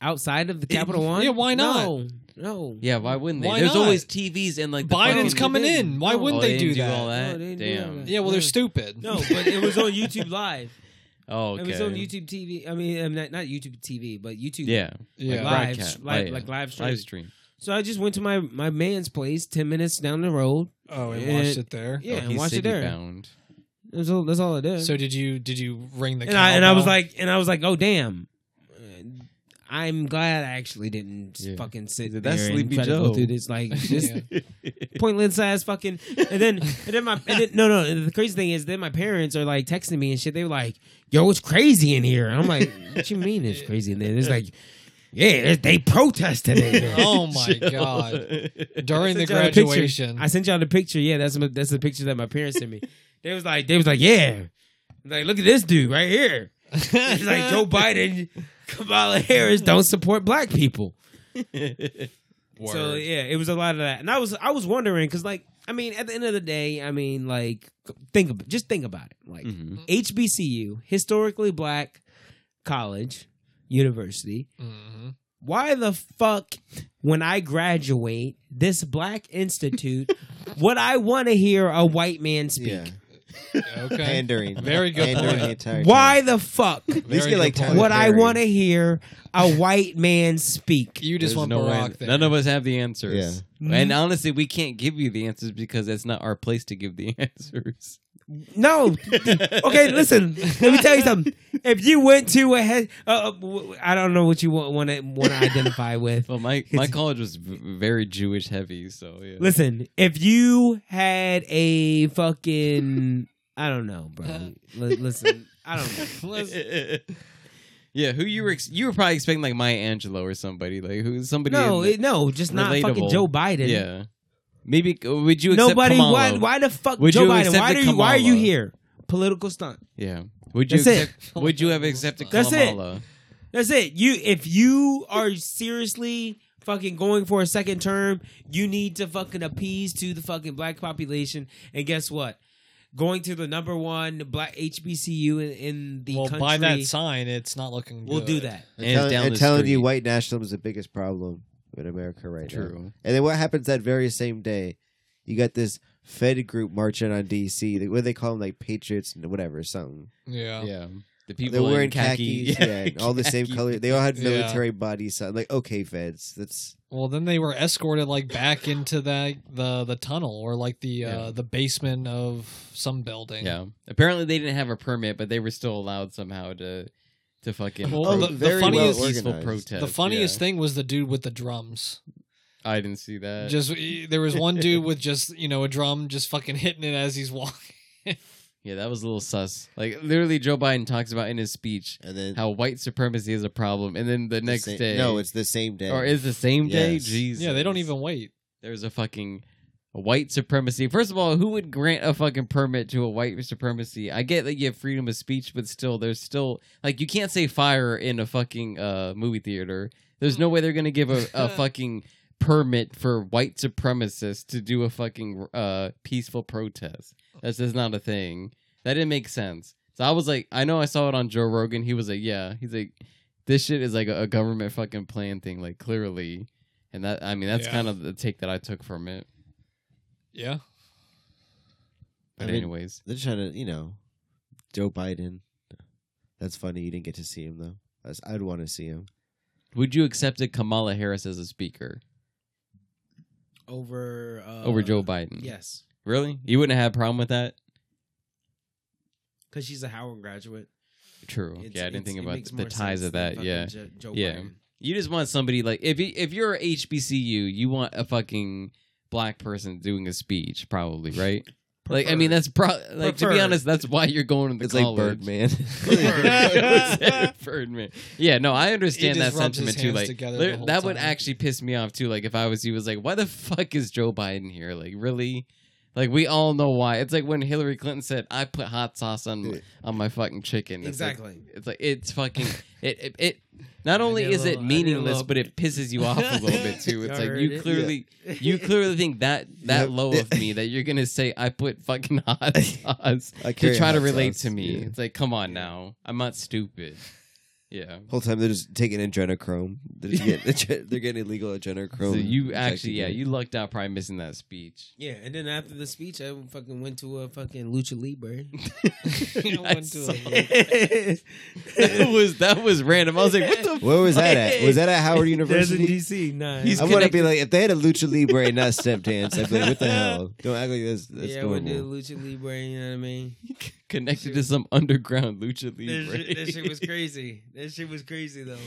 Outside of the Capital One? yeah, why not? No. no. Yeah, why wouldn't they? Why There's not? always TVs and like the Biden's fucking- coming in. Why No. Oh, wouldn't they, they, do, didn't that? all that? No, they didn't do Damn. all that. Yeah, well, No. they're stupid. No, but it was on YouTube Live. Oh, okay. It was on YouTube TV. I mean, um, not, not YouTube TV, but YouTube Yeah, Yeah. Like, live, broadcast. live, Yeah. like live stream. live stream. So I just went to my my man's place, ten minutes down the road. oh, and Yeah. watched it there. Yeah, Oh, and he's watched it city there. bound. That's all, that's all I did. So did you? Did you ring the? and I and I was cowbell? like and I was like, oh damn, Uh, I'm glad I actually didn't Yeah. fucking sit That's there and Sleepy try to go Joe. through this like this Yeah. pointless ass fucking. And then and then my and then, no no the crazy thing is then my parents are like texting me and shit. They were like, yo, it's crazy in here. And I'm like, what you mean it's crazy in there? It's like. Yeah, they- they protested it. oh my god! During the sent y'all picture. graduation, I sent y'all the picture. Yeah, that's my- that's the picture that my parents sent me. They was like, they was like, yeah, like look at this dude right here. It's like Joe Biden, Kamala Harris don't support black people. So Word. yeah, it was a lot of that, and I was I was wondering because like I mean at the end of the day, I mean like think of, just think about it like Mm-hmm. Mhm. HBCU historically black college university Mhm. why the fuck when I graduate this black institute would I want to hear a white man speak? Yeah. Okay. Pandering. Very good Pandering the point. entire Why time. the fuck At least Very get like good point. Tyler would I Perry. want to hear a white man speak? you just There's want no way- Barack there. None of us have the answers. Mm-hmm. And honestly, we can't give you the answers because it's not our place to give the answers. No. Okay, listen. Let me tell you something. If you went to a head, uh, uh, w- I don't know what you want want to want to identify with. Well, my, my college was v- very Jewish heavy, so yeah. Listen, if you had a fucking, I don't know, bro. L- listen, I don't know. yeah, who you were ex- you were probably expecting like Maya Angelou or somebody like who somebody No, in- it, no, just not fucking relatable. Joe Biden. yeah maybe uh, would you accept Nobody. Kamala? Why? Why the fuck, Would Joe you Biden? accept Why the are you? Why are you Kamala? here? Political stunt. yeah would you That's it. accept, would you have accepted That's it. Kamala That's it. You. If you are seriously fucking going for a second term, you need to fucking appease to the fucking black population. And guess what? Going to the number one black HBCU in, in the well, country. by that sign, it's not looking. we'll good. do that. I'm Hands telling, down I'm the telling you, street. white nationalism is the biggest problem in America right now. true And then what happens that very same day? You got this Fed group marching on DC. They- What do they call them? Like Patriots and whatever, something. Yeah. yeah the people They're wearing in khaki, khakis, yeah, and all the same khaki. color. They all had Yeah. military bodies. So I'm like, okay, feds, that's Well, then they were escorted like back into that the the tunnel or like the Yeah. uh, the basement of some building. yeah apparently they didn't have a permit but they were still allowed somehow to to fucking Well, pro- the- the funniest- peaceful organized. protest The funniest yeah. thing was the dude with the drums. I didn't see that Just e, there was one dude with just you know a drum just fucking hitting it as he's walking. yeah that was a little sus like literally Joe Biden talks about in his speech And then how white supremacy is a problem and then the the next same- day no, it's the same day. Or is the same day? Yes. Jesus. Yeah, they don't even wait. There's a fucking a white supremacy. First of all, who would grant a fucking permit to a white supremacy? I get that you have freedom of speech, but still, there's still like you can't say fire in a fucking uh, movie theater. There's no way they're gonna give a, a fucking permit for white supremacists to do a fucking uh, peaceful protest. That's just not a thing. That didn't make sense. So I was like, I know I saw it on Joe Rogan. He was like, yeah, he's like, this shit is like a, a government fucking plan thing, like clearly. And that, I mean, that's Yeah. kind of the take that I took from it. Yeah. But I mean- anyways, They're trying to, you know, Joe Biden. That's funny. You didn't get to see him though. That's- I'd want to see him. would you accept a Kamala Harris as a speaker over uh, over Joe Biden? Yes, Really? You wouldn't have a problem with that? because she's a Howard graduate. True. It's- yeah, I it's- didn't think it about makes the more ties sense of than that. Yeah. fucking Jo- Joe Yeah. Biden. You just want somebody like if you, if you're a HBCU, you want a fucking black person doing a speech, probably, right? Like, I mean, that's pro- like to be Preferred. honest, that's why you're going to the It's like college. Birdman. Birdman. Birdman. Yeah, no, I understand He that just rubs his sentiment too. hands Like, together there- the whole that would time. actually piss me off too. Like, if I was you, was like, why the fuck is Joe Biden here? Like, really? Like, we all know why. It's like when Hillary Clinton said, "I put hot sauce on Yeah. on my fucking chicken." It's like- exactly. it's like it's fucking it. It, it not only did a is little- I did it a meaningless, little- but it pisses you off a little bit too. It's Y'all like heard you it? clearly you clearly think that Yep. that low of me that you're gonna say I put fucking hot sauce I to carry try to hot relate sauce, to me. yeah. It's like come on now, I'm not stupid. Yeah. Whole time they're just taking adrenochrome. They're, just getting, they're getting illegal adrenochrome. So you injected actually, yeah, in. you lucked out probably missing that speech. Yeah, and then after the speech, I fucking went to a fucking lucha libre. I went to a saw- There's that was that was random. I was like, what the? Where was that at? Was that at Howard in University? DC. Nah, He's- I want to be like, if they had a lucha libre and not step dance, I'd be like, what the hell? Don't act like that's, that's yeah, we did normal. lucha libre. You know what I mean? f- Connected to some underground lucha That libre. shit, that shit was crazy. That shit was crazy though.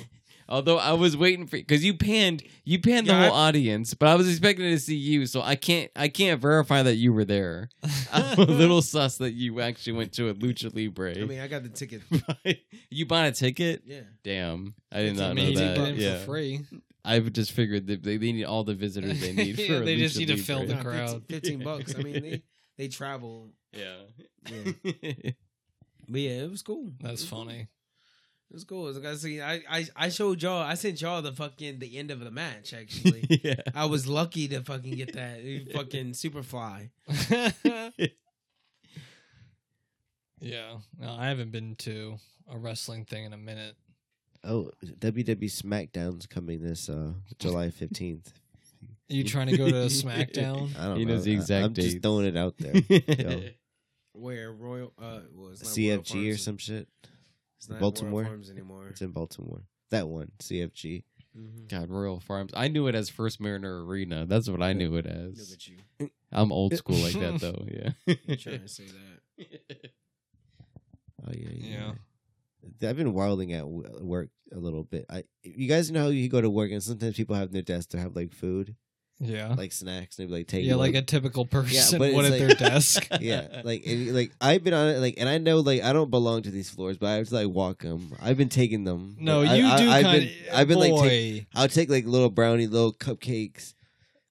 Although I was waiting for because you panned you panned the Yeah, whole audience, but I was expecting to see you, so I can't I can't verify that you were there. I'm a little sus that you actually went to a lucha libre. I mean, I got the ticket. you bought a ticket? Yeah. Damn, I did It's not know amazing, but that. for Yeah, free. I just figured that they, they need all the visitors they need. For Yeah, a they just Lucha need to fill Libre. the crowd. 15, 15 bucks. I mean, they, they travel. Yeah. Yeah. But yeah, it was cool. That's It was cool. funny. It was cool. It was like I see, I, I I showed y'all. I sent y'all the fucking the end of the match. Actually, yeah. I was lucky to fucking get that fucking superfly. yeah. No, I haven't been to a wrestling thing in a minute. Oh, WWE SmackDown's coming this uh, July 15th. Are you trying to go to SmackDown? I don't He know. knows the I- exact I'm just date. throwing it out there. Yo. Where Royal uh well, it's not Royal CFG or Farms- some shit. it's not Baltimore? Royal Farms anymore. It's in Baltimore. That one, CFG. Mhm. God, Royal Farms. I knew it as First Mariner Arena. That's what I knew it Look as. at you I'm old school like that though. Yeah. trying to say that. Oh yeah, yeah. Yeah. I've been wilding at w- uh, work a little bit. I, you guys know how you go to work and sometimes people have their desk to have like food, Yeah. like snacks. They like take Uh-huh. Yeah, like a like- typical person but would it's at like- their desk. yeah, like and, like I've been on it, like, and I know like I don't belong to these floors, but I have to like walk them. I've been taking them. No, Like, I- you I, do I've kind been, I've been like, boy. take, I'll take like little brownie, little cupcakes.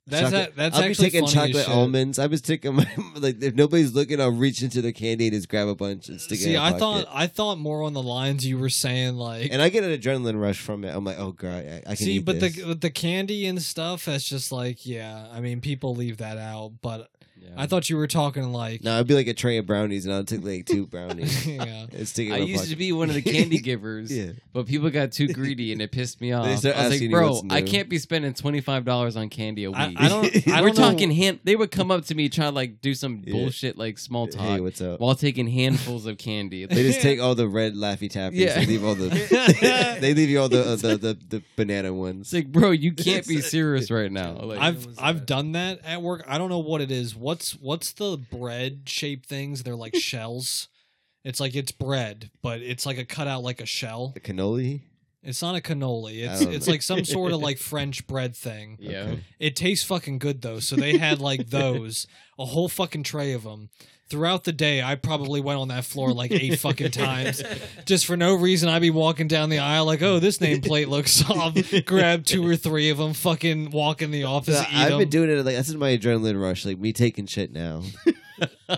that's chocolate- a, that's I'll be actually taking funny chocolate as shit. almonds. I was taking my, like if nobody's looking, I'll reach into their candy and just grab a bunch and stick it. See, in my I pocket. thought I thought more on the lines you were saying like and I get an adrenaline rush from it. I'm like, oh god, I, I can See, eat but this. the with the candy and stuff, that's just like, yeah. I mean, people leave that out, but I thought you were talking like, no, I'd be like a tray of brownies, and I'll take like two brownies. yeah, and stick it in I my used pocket. to be one of the candy givers, Yeah, but people got too greedy and it pissed me off. I was start asking like, you bro, what's I new." can't be spending twenty five dollars on candy a week. I, I don't. I don't We're know- talking hand. They would come up to me trying to like do some Yeah. bullshit like small talk hey, what's up? while taking handfuls of candy. It's They like, just take all the red Laffy Taffys. Yeah. They leave all the. they leave you all the, uh, the the the banana it's ones. like, bro, you can't be serious right now. Like, I've was I've uh, that? done that at work. I don't know what it is. What's what's the bread shaped things? They're like shells. It's like it's bread, but it's like a cutout like a shell. The cannoli. It's not a cannoli. It's don't it's know. like some sort of like French bread thing. Yeah. Okay. It tastes fucking good though. So they had like those, a whole fucking tray of them. Throughout the day, I probably went on that floor like eight fucking times, just for no reason. I'd be walking down the aisle like, "Oh, this nameplate looks soft." Grab two or three of them, fucking walk in the office, So eat I've them. been doing it like this is my adrenaline rush, like me taking shit now.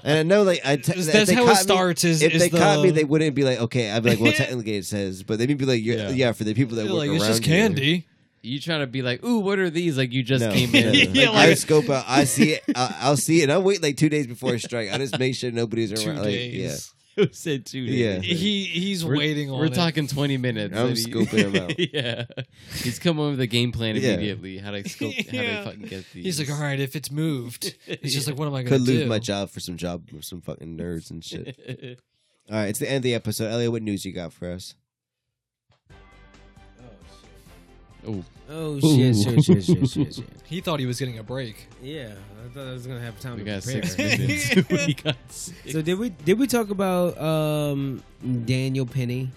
and I know like I te- That's- if that's they how it caught me- starts. is if is they the, caught me, they wouldn't be like, okay, I'd be like, well, technically it says, but they'd be like, yeah, Yeah. yeah for the people that they're work like it's around just you." candy. You trying to be like, ooh, what are these? Like you just No, came no, in. no. Yeah, Like, I like- scope out. I see it. I, I'll see it. and I wait like two days before it strike. I just make sure nobody's Two around. Like, yeah, days. Who said two Yeah. days? He he's We're- waiting on. We're it. talking 20 minutes. I'm and he- scooping him out. yeah. He's coming up with a game plan Yeah. immediately. How do I scope? How do Yeah. I fucking get these? He's like, all right, if it's moved, he's just like, what am I going to could do? lose my job for some job for some fucking nerds and shit. All right, it's the end of the episode. Elliot, what news you got for us? oh, Oh shit, shit, shit, shit, shit, shit. He thought he was getting a break. Yeah, I thought I was gonna have time to we got prepare. six minutes. we got six. So did we did we talk about um, Daniel Penny?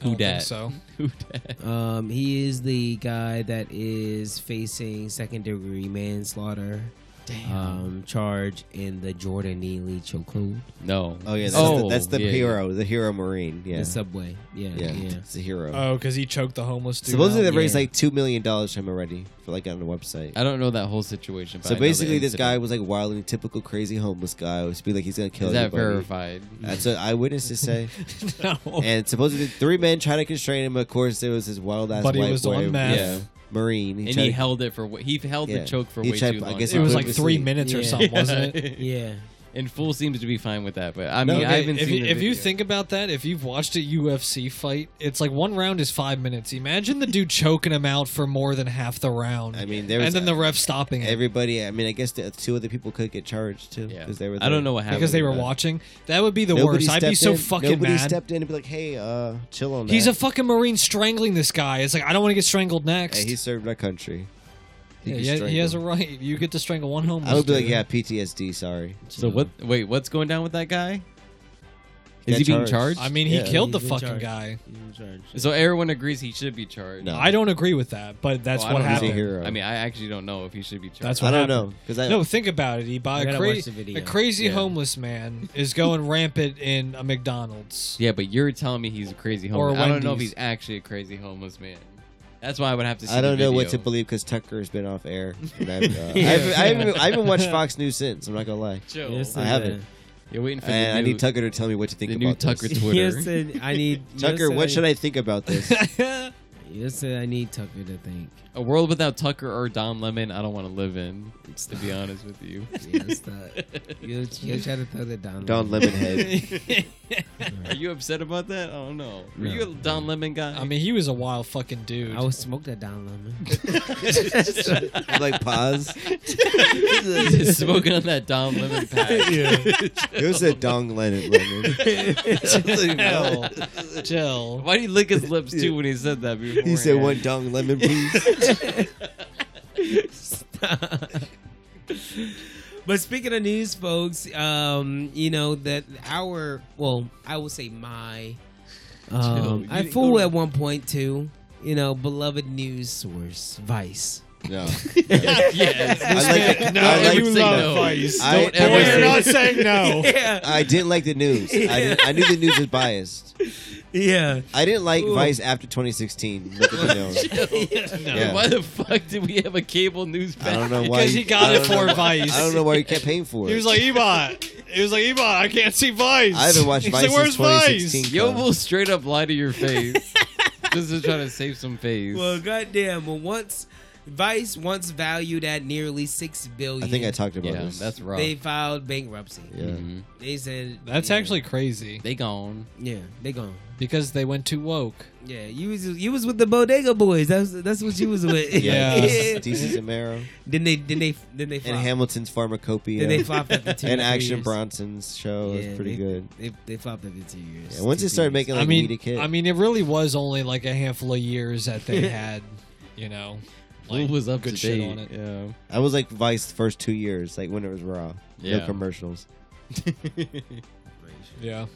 I don't Who think dat? So Who dat? Um, he is the guy that is facing second degree manslaughter Damn. um, charge in the Jordan Neely chokehold, no. Oh yeah, that's Oh, the, that's the yeah, yeah. uh, hero, the hero marine. Yeah, the subway. Yeah, yeah, yeah. it's the hero. oh, because he choked the homeless dude. Supposedly out. they raised yeah. like two million dollars from him already for like on the website. oh, I don't know that whole situation. But So I know the basically, this guy incident. was like wildly typical crazy homeless guy. Was being like he's gonna kill is that everybody. verified? That's what eyewitnesses say. no. and supposedly three men tried to constrain him. Of course, there was his wild ass But he white was boy, on meth. yeah, marine. and tried- he held it for wa- he held Yeah. the choke for He way tried- too I long. guess it was like Obviously. three minutes or Yeah. something, wasn't it? yeah. And Fool seems to be fine with that, but I No, mean, I okay, haven't if, seen. you- the if you video. think about that, if you've watched a UFC fight, it's like one round is five minutes. Imagine the dude choking him out for more than half the round, I mean, there was and then the ref stopping him everybody. I mean, I guess the two other people could get charged too Yeah. because they were. I don't there. know what happened because they were with that. watching. That would be the Nobody worst. I'd stepped be so in. fucking Nobody mad. stepped in and be like, "Hey, uh, chill on He's that." a fucking marine strangling this guy. It's like I don't want to get strangled next. Hey, he served our country. Yeah, could he, has, he strangle. has a right. You get to strangle one homeless. I would be like, dude. yeah, PTSD. Sorry. So what? Wait, what's going down with that guy? Is got he being charged. charged? I mean, he Yeah, killed the he's in fucking charge. guy. He's in charge. so everyone agrees he should be charged. No. I don't agree with that, but that's Oh, I what don't know. He's a happened. hero. I mean, I actually don't know if he should be charged. That's I what don't know happened. because I No, think about it. He I by a, gotta cra- watch the video. a crazy Yeah. homeless man is going rampant in a McDonald's. yeah, but you're telling me he's a crazy Or homeless. I don't know if Wendy's. he's actually a crazy homeless man. That's why I would have to. See I don't the know what to video. believe because Tucker has been off air. And I've, uh, I, haven't, I, haven't, I haven't watched Fox News since. I'm not gonna lie. Chill. Yes, I haven't. uh, You're waiting for the And I new, need Tucker to tell me what to think the about new this. Tucker Twitter. Yes, and I need Tucker, yes, what I, should I think about this? Yes, and I need Tucker to think. A world without Tucker or Don Lemon, I don't want to live in. To be honest with you, Yeah, that's the, you'll, you'll try to throw that down. Don Lemonhead. are you upset about that? I don't know. Were No. you a Don Lemon guy? I mean, he was a wild fucking dude. I would smoke that Don Lemon. I'm like, pause. Just smoking on that Don Lemon pack. It was a Dong Lennon. Lennon. Chill, chill. Why did he lick his lips too when he said that? Before He said, one Dong Lemon, please. But speaking of news, folks, um, you know that our well, I will say my, um, You I didn't fool go to- at one point too. You know, beloved news source Vice. No. yes. I like it. No, I like you it. love No. Vice. I- Don't I ever was- say- saying no. Yeah, I didn't like the news. I, didn't, I knew the news was biased. yeah. I didn't like Ooh. Vice after 2016. Look at the news. No. Yeah. Why the fuck did we have a cable news I don't pack? know why. Because you- he got I don't it know for why- Vice. I don't know why you kept paying for it. He was like, Ebot. He was like, Ebot, I can't see Vice. I haven't watched He's Vice like, where's since 2016. Vice? Yo will straight up lie to your face. Just to try to save some face. Well, goddamn. Well, once Vice once valued at nearly six billion, I think I talked about yeah, this. that's rough. they filed bankruptcy. yeah. Mhm. They said That's yeah, actually crazy They gone. yeah. They gone. because they went too woke. Yeah, you was you was with the Bodega Boys. That's that's what you was with. Yeah. yeah. DC Zamero Then they then they then they and flopped. Hamilton's Pharmacopoeia then they flopped after two. and three Action years. Bronson's show Yeah, is pretty they- good. They, they flopped after two years. Yeah, once Two, it started three making like I mean, Weed a Kid, I mean, it really was only like a handful of years that they had, you know, Like, like was up good to shit date. on it. Yeah. I was like Vice the first two years, like when it was raw, Yeah. no commercials. Yeah.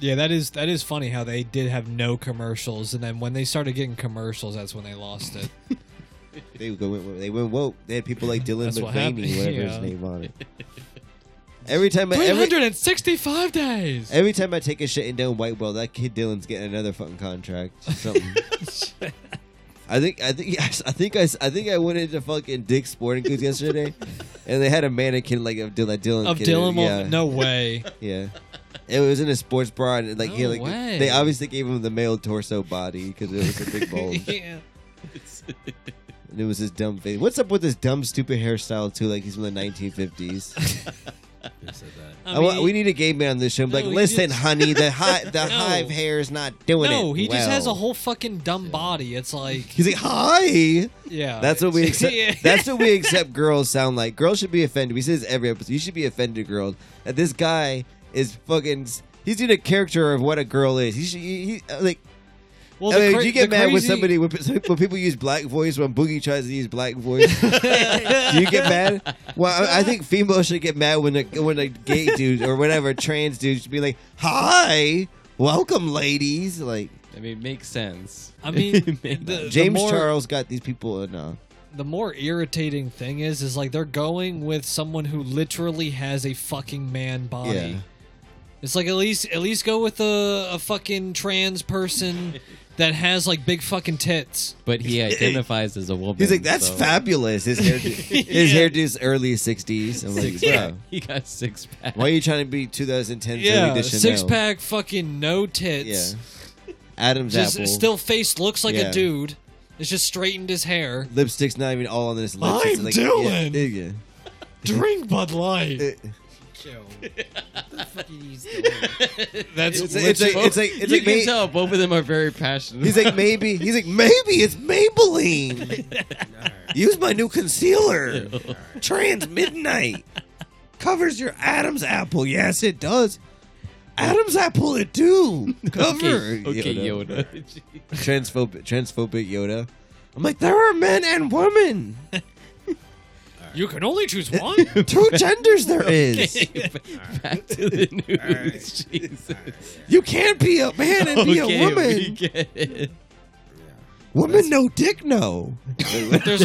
Yeah, that is that is funny how they did have no commercials, and then when they started getting commercials, that's when they lost it. They go went, they went woke. They had people like Dylan That's what McVaney, happened. whatever Yeah. his name on it. Every time, I, Three every, hundred and sixty-five days. every time I take a shit and down Whitewell, that kid Dylan's getting another fucking contract. Something. I think I think yes, I think I s- I think I went into fucking Dick's Sporting Goods yesterday, and they had a mannequin like of Dylan. Dylan of kid, Dylan, yeah, Mulva- no way. yeah. It was in a sports bra, and like he No like way. they obviously gave him the male torso body because it was a big bulge. yeah. And it was his dumb face. What's up with this dumb, stupid hairstyle too? Like he's from the 1950s. I I wa- mean, we need a gay man on this show. and be No, like, he listen, just- honey, the hi- the No. hive hair is not doing it. no, he just has a well." whole fucking dumb body. It's like, He's like, hi. yeah, That's what we accept. Yeah. That's what we accept. Girls sound like girls should be offended. We say this every episode. You should be offended, girls. That this guy is fucking. He's doing a character of what a girl is. He should. He, he, like, well, I the mean, cra- do you get the mad when crazy- somebody when, when people use black voice when Boogie tries to use black voice? Do you get mad? Well, I, I think females should get mad when a, when a gay dude or whatever trans dude should be like, "Hi, welcome, ladies." Like I mean, it makes sense. I mean, It made the, the James more, Charles got these people in. Uh, The more irritating thing is, is like they're going with someone who literally has a fucking man body. Yeah. It's like at least at least go with a, a fucking trans person that has like big fucking tits. but he identifies as a woman. he's like, "That's so fabulous." His hairdo, his hairdo's early '60s. I'm like, bro, He got six pack. why are you trying to be 2010 Yeah, Zoe Deschanel? six pack, fucking no tits. Yeah, Adam's just apple. still face looks like Yeah. a dude. It's just straightened his hair. Lipstick's not even all on this lips. It's I'm like, Dylan. Yeah, Uh, yeah. Drink Bud Light. It- Chill. the fuck you use the word? That's It's, it's like it's like it's you like can may- tell both of them are very passionate. he's like maybe he's like maybe it's Maybelline. Use my new concealer. Trans Midnight covers your Adam's apple. Yes, it does. Adam's apple it do cover. okay, okay, Yoda. Transphobic transphobic Yoda. I'm like there are men and women. you can only choose one. Two genders there is. Back to the news. right. Jesus. You can't be a man and be okay, a woman. we get it. Woman no dick no. There's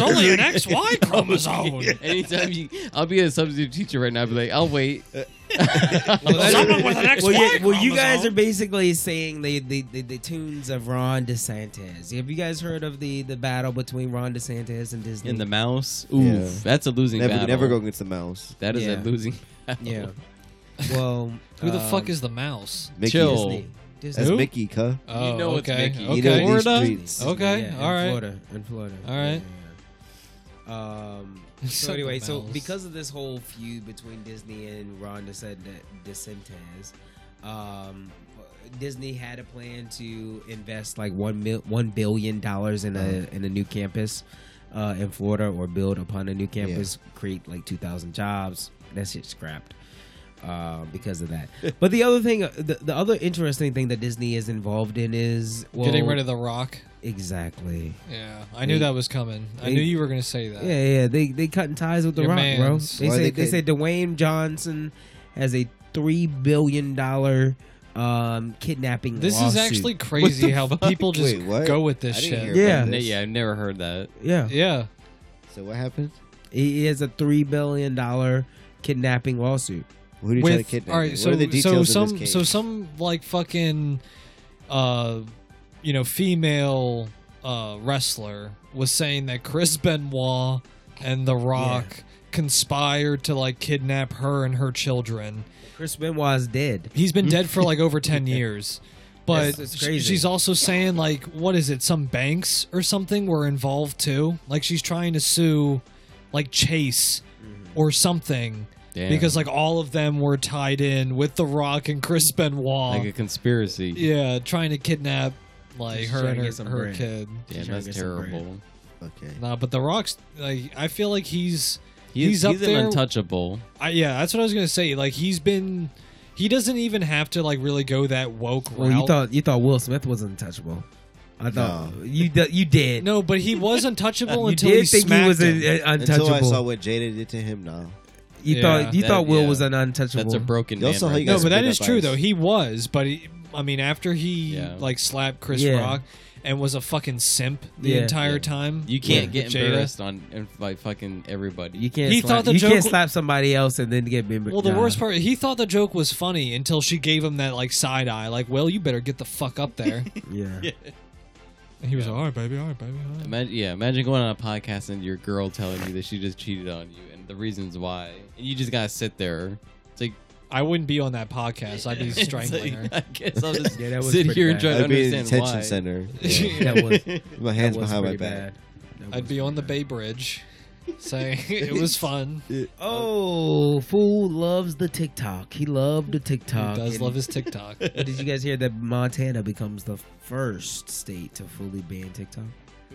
only an XY chromosome. Anytime you, I'll be a substitute teacher right now. I'll be like, I'll wait. Someone with an XY Well, yeah, well, you chromosome. guys are basically saying the, the, the, the tunes of Ron DeSantis. Have you guys heard of the, the battle between Ron DeSantis and Disney? In the mouse. Ooh, Yeah. that's a losing never, battle. never go against the mouse. That is Yeah. a losing. Battle. yeah. Well, Who the um, fuck is the mouse? Mickey. Chill. Disney? Disney. That's Who? Mickey, cuh. Oh, know it's okay. Mickey. okay. You know these Florida. streets. Okay, Yeah, in all right. Florida, in Florida. All right. Yeah. Um. So Something anyway, so else. because of this whole feud between Disney and Ron DeSant- DeSantis, um, Disney had a plan to invest like one mil- one billion dollars in Uh-huh. a in a new campus uh, in Florida or build upon a new campus, create like two thousand jobs. That shit scrapped uh, because of that. but the other thing, uh, the, the other interesting thing that Disney is involved in is well, Getting rid of the rock. exactly. Yeah, I knew They- that was coming. I they- knew you were going to say that. Yeah, yeah, they they cutting ties with the Uh, Your Rock, bro. mans. They Why say they they, couldn't- say Dwayne Johnson has a three billion dollar um kidnapping. This is lawsuit. actually crazy how people just Wait, what? go with this I didn't shit. hear Yeah. about Yeah, this. yeah, I've never heard that. yeah. Yeah. So what happened? He has a three billion dollar kidnapping lawsuit. Who do you try to With, kidnap? all right, so what are the so details some in this case? so some like fucking uh you know, female uh wrestler was saying that Chris Benoit and The Rock conspired to like kidnap her and her children. Chris Benoit's dead. He's been dead for like over 10 years. But It's- it's sh- crazy. she's also saying like what is it? Some banks or something were involved too. Like she's trying to sue like Chase Mm-hmm. or something Damn. because like all of them were tied in with The Rock and Chris Benoit. like a conspiracy. yeah, trying to kidnap like Just her trying and to her, get some her bread. kid. Damn, Trying to that's get some bread. terrible. okay. Nah, but The Rock's like I feel like he's He's, He's up an there- untouchable. I, yeah, that's what I was gonna say. Like he's been, he doesn't even have to like really go that woke route. Well, you thought you thought Will Smith was untouchable. I thought No. you d- you did. no, but he was untouchable you until did he think smacked he was him. a- a- Until I saw untouchable. what Jada did to him now. You Yeah, thought you that- thought Will yeah. was an untouchable. That's a broken You man. also- right you there. no, guys but that been is up true ice. though. He was, but he, I mean, after he Yeah. like slapped Chris Yeah. Rock and was a fucking simp the Yeah. entire Yeah. time, You can't with get Jada. embarrassed on in- by fucking everybody. You can't. He slap, thought the you joke can't wa- slap somebody else and then get member. Well, the nah. worst part, he thought the joke was funny until she gave him that like side eye, like, "Well, you better get the fuck up there." Yeah. and he was like, "All right, baby, all right, baby." All right. Imagine, yeah, imagine going on a podcast and your girl telling you that she just cheated on you and the reasons why, and you just gotta sit there. It's like I wouldn't be on that podcast. I'd be it's like, strangling her. I guess I'll just Yeah, that was sit pretty here and bad. try to I'd be in the understand detention why. center. That was. My that hands was behind my pretty back. bad. That I'd was be on the pretty Bay Bridge, saying it was fun. He bad. Oh, fool loves the TikTok. He loved the TikTok. does and- love his TikTok. Did you guys hear that Montana becomes the first state to fully ban TikTok?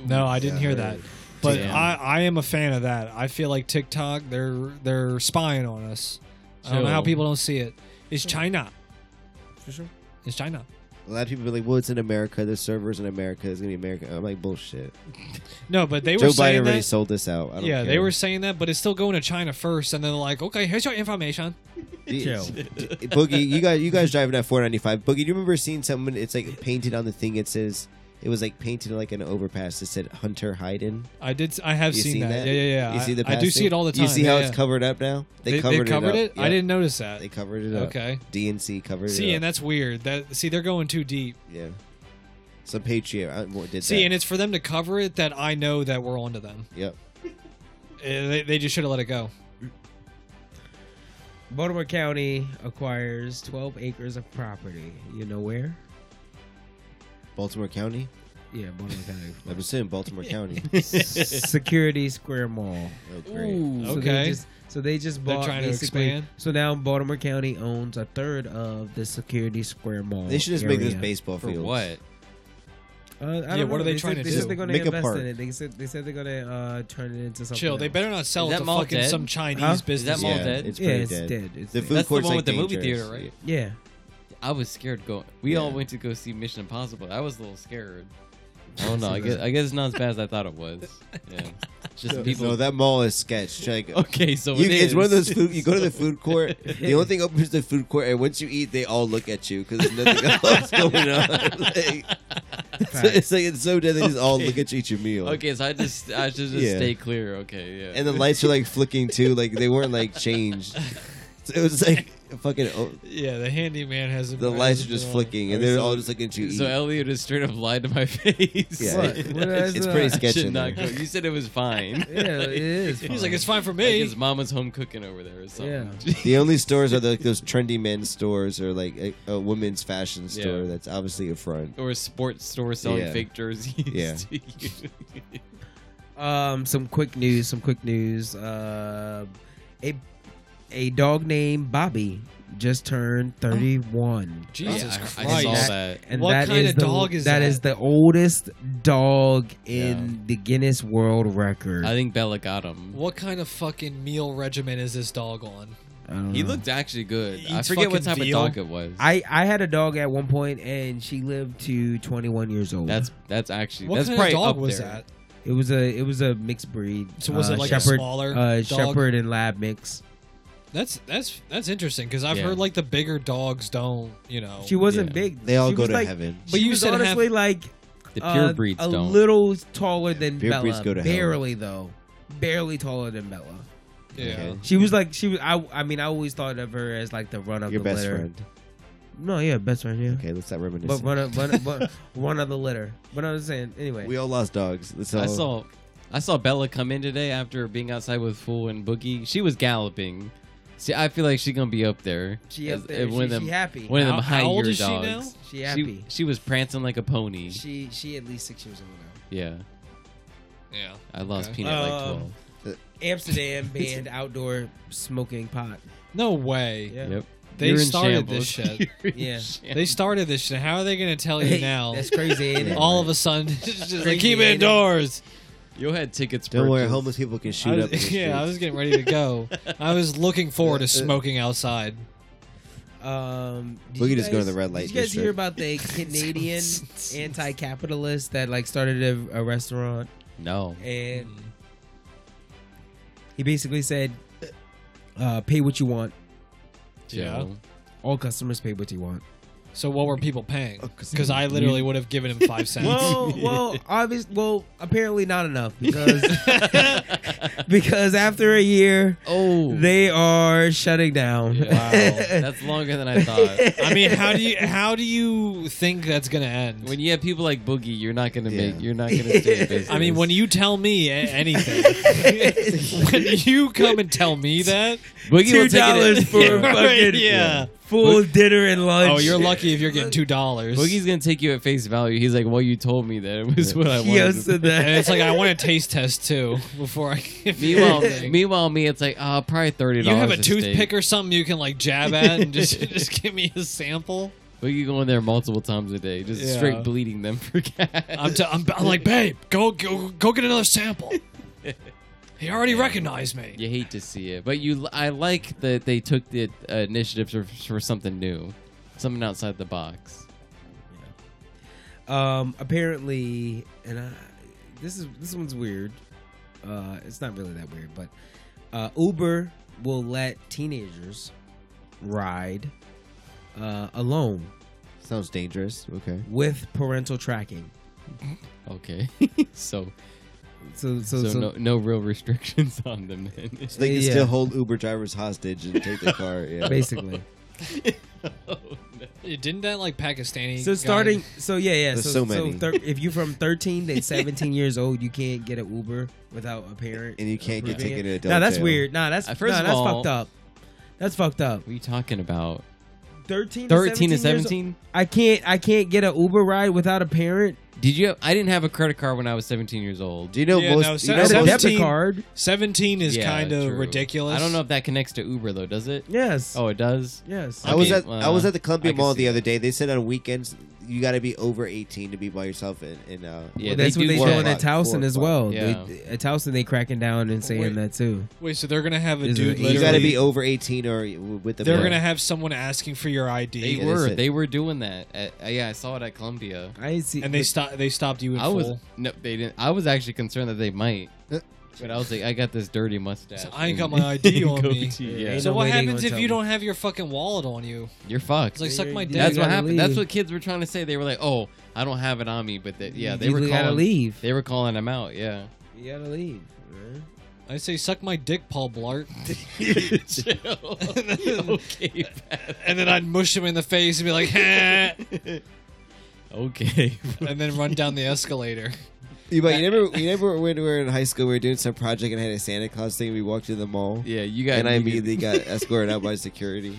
No, I didn't Yeah, hear right. that. But Damn. I, I am a fan of that. I feel like TikTok, they're they're spying on us. I don't know how Chill. people don't see it. It's China. For sure. It's China. A lot of people be like, "Well, it's in America. There's servers in America. It's gonna be America." I'm like, "Bullshit." No, but they Joe were saying Biden already that. sold this out. I don't Yeah, they care. were saying that, but it's still going to China first, and then they're like, okay, here's your information. D- Joe. d- Boogie, you guys, you guys driving that 495. Boogie, do you remember seeing someone? It's like painted on the thing. It says it was like painted like an overpass that said Hunter Hayden. I did. I have You seen, seen that. that? Yeah, yeah, yeah. You I- see the I, do past see thing? it all the time. You see how Yeah, it's yeah. covered up now? They, They covered, covered it. Up. I Yep. didn't notice that. They covered it up. Okay. DNC covered See, it. and up. that's weird. That see, they're going too deep. yeah. Some patriot uh, what did See, that. and it's for them to cover it that I know that we're onto them. yep. Uh, They, they just should have let it go. Baltimore County acquires 12 acres of property. You know where? Baltimore County. Yeah, Baltimore County. I'm assuming Baltimore County. Security Square Mall. Oh, great. So Okay. they just, so they just They're bought trying to basically- expand? So now Baltimore County owns a third of the Security Square Mall. They should just make this area. baseball For field. what? Uh, I don't Yeah, what know. are they said- trying to they do? Said they're going Make a to invest park. in it. They said they said they're going to uh, turn it into something. Chill. They else. better not sell it Is that to mall fucking dead? some Chinese Huh? Is that business. mall yeah, dead? It's Yeah, pretty it's dead. dead. It's The dead. food That's the court's one like with the movie dangerous. theater, right? Yeah. I was scared going. We all Yeah. went to go see Mission Impossible. I was a little scared. Oh no, I guess I guess it's not as bad as I thought it was. Yeah, It's just No, people. no, that mall is sketched. Like, okay, so you, it it's is. one of those food. You go to the food court. The only thing open is the food court, and once you eat, they all look at you because there's nothing else going on. Like, it's like it's so dead. They just all look at you, eat your meal. Okay, so I just I should just Yeah. stay clear. Okay, yeah. And the lights are like flicking too. Like they weren't like changed. So it was like fucking. Oh, Yeah, the handyman has the lights are just flicking, and they're all just E. looking at you. so Eat. Elliot just straight up lied to my face. Yeah, What? it- What is it's that? pretty I sketchy. should in not go. there. You said it was fine. Yeah, it is. He's fine. like, it's fine for Like me. his mom was home cooking over there or something. The only stores are the, like those trendy men's stores or like a, a women's fashion Yeah. store that's obviously a front. or a sports store selling Yeah. fake jerseys. Yeah. to you. Um, some quick news. Some quick news. Uh, a a dog named Bobby just turned thirty one. Jesus Yeah, I- I Christ! saw That- that. And What that kind of the, dog is That that? is the oldest dog in Yeah. the Guinness World Record. I think Bella got him. What kind of fucking meal regimen is this dog on? I don't He Mm-hmm. know. looked actually good. He I eats forget what fucking type veal. of dog it was. I, I had a dog at one point, and she lived to 21 years old. that's that's actually What that's kind of probably dog up was there. that? it was a it was a mixed breed. So was Uh, it like shepherd, a smaller uh, dog? shepherd and lab mix? That's that's that's interesting because I've Yeah. heard like the bigger dogs don't, you know. She wasn't Yeah. big. They all She go was to like, heaven. But she you was said half- honestly like The uh, pure breeds a don't. little taller than pure Bella. breeds go to hell. barely though, barely taller than Bella. yeah. Okay. She was like she was. I I mean, I always thought of her as like the run of Your the best litter. friend. No, yeah, best friend. Yeah, Okay, let's not but reminisce. one of one, one, one of the litter. But I'm just saying. Anyway, we all lost dogs. So I saw I saw Bella come in today after being outside with Fool and Boogie. She was galloping. See, I feel like she's gonna be up there. she up As- there. She, uh, she happy. One of them How- high how old year is she now? dogs. She happy. She, was prancing like a pony. She she at least six years old now. yeah, Yeah. I lost Okay. Peanut like Um, twelve. Amsterdam banned outdoor smoking pot. No way. Yeah. Yep, They You're in started this shambles. shit. You're in Yeah. shambles. They started this shit. How are they going to tell you now? That's crazy. Ain't it? All of a sudden, it's just like, Crazy, keep ain't it it? indoors. You'll had tickets. Don't worry, purchased. homeless people can shoot I up. In the was, yeah, I was streets. getting ready to go. I was looking forward to smoking outside. Um, did We you could just go to guys- the red light Did you guys district. hear about the Canadian anti-capitalist that like started a, a restaurant No. and he basically said, uh, "Pay what you want. Joe. All customers pay what you want." So what were people paying? Because I literally would have given him five cents. Well, well, obvious. Well, apparently not enough because because after a year Oh, they are shutting down. wow, that's longer than I thought. I mean, how do you how do you think that's gonna end? When you have people like Boogie, you're not gonna Yeah. make. You're not gonna stay in business. I mean, when you tell me a- anything, when you come and tell me that, Boogie will Two take it- dollars for a Yeah. fucking yeah. full dinner and lunch. Oh, you're lucky if you're getting two dollars. Boogie's gonna take you at face value. He's like, "Well, you told me that it was what I wanted." Yo, so And that it's like I want a taste test too before I. If you meanwhile, anything. meanwhile, me, it's like, "Ah, probably thirty you dollars." have a toothpick or something you can like jab at and just just give me a sample. Boogie going there multiple times a day, just Yeah. straight bleeding them for cash. I'm, t- I'm, I'm like, babe, go go go get another sample. He already recognized me. you hate to see it, but you, I like that they took the uh, initiative for, for something new, something outside the box. um, apparently, and I, this is this one's weird. Uh, it's not really that weird, but uh, Uber will let teenagers ride uh, alone Sounds dangerous. Okay. with parental tracking. Okay, so So, so, so, so, no no real restrictions on them. Then. So they can Yeah. still hold Uber drivers hostage and take their car. Yeah. basically. Yeah, Didn't that like Pakistani? So guy- starting, so yeah, yeah. There's so So, so many. thir- if you're from 13 to 17 years old, you can't get an Uber without a parent. And you can't get approving taken it. to adult Nah, that's jail. weird. Nah, that's Uh, first nah, of that's all- fucked up. That's fucked up. What are you talking about? 13, to 13 to years old- 17? I can't, I can't get an Uber ride without a parent. Did you? Have, I didn't have a credit card when I was 17 years old. Do you know Yeah, no, most? you so- know That's a so- most- debit 17. card. Seventeen is Yeah, kind of true. ridiculous. I don't know if that connects to Uber though. Does it? Yes. Oh, it does. Yes. I was Okay, at well, I was at the Columbia I can Mall see the other day. They said on weekends you got to be over 18 to be by yourself in, in uh, Yeah, Well, that's they what do they that. doing at Four Towson o'clock. as well. Yeah. They, at Towson, they cracking down and saying Wait. that too. Wait, so they're gonna have a Is it- dude? You got to literally- be over 18 or with the They're parent. gonna have someone asking for your ID, They Yeah, were. that's it. They were doing that. At, uh, yeah, I saw it at Columbia. I ain't see. and they stopped. They stopped you. In I was full. no, they didn't. I was actually concerned that they might, Uh. but I was like, I got this dirty mustache. So I ain't got and- my ID and on me. goatee, Yeah, Ain't So no what way they happens gonna if tell you me. don't have your fucking wallet on you? you're fucked. It's like suck my Yeah, dick. That's you what gotta happened. leave. That's what kids were trying to say. They were like, "Oh, I don't have it on me," but they, yeah, they you were calling. gotta leave. They were calling him out. Yeah. You gotta leave. man. I say suck my dick, Paul Blart, okay. and then I'd mush him in the face and be like, "Heh," Okay. and then run down the escalator. You, but you never, you never when we were in high school, we were doing some project and had a Santa Claus thing. We walked to the mall, Yeah, you got. and I you- immediately got escorted out by security.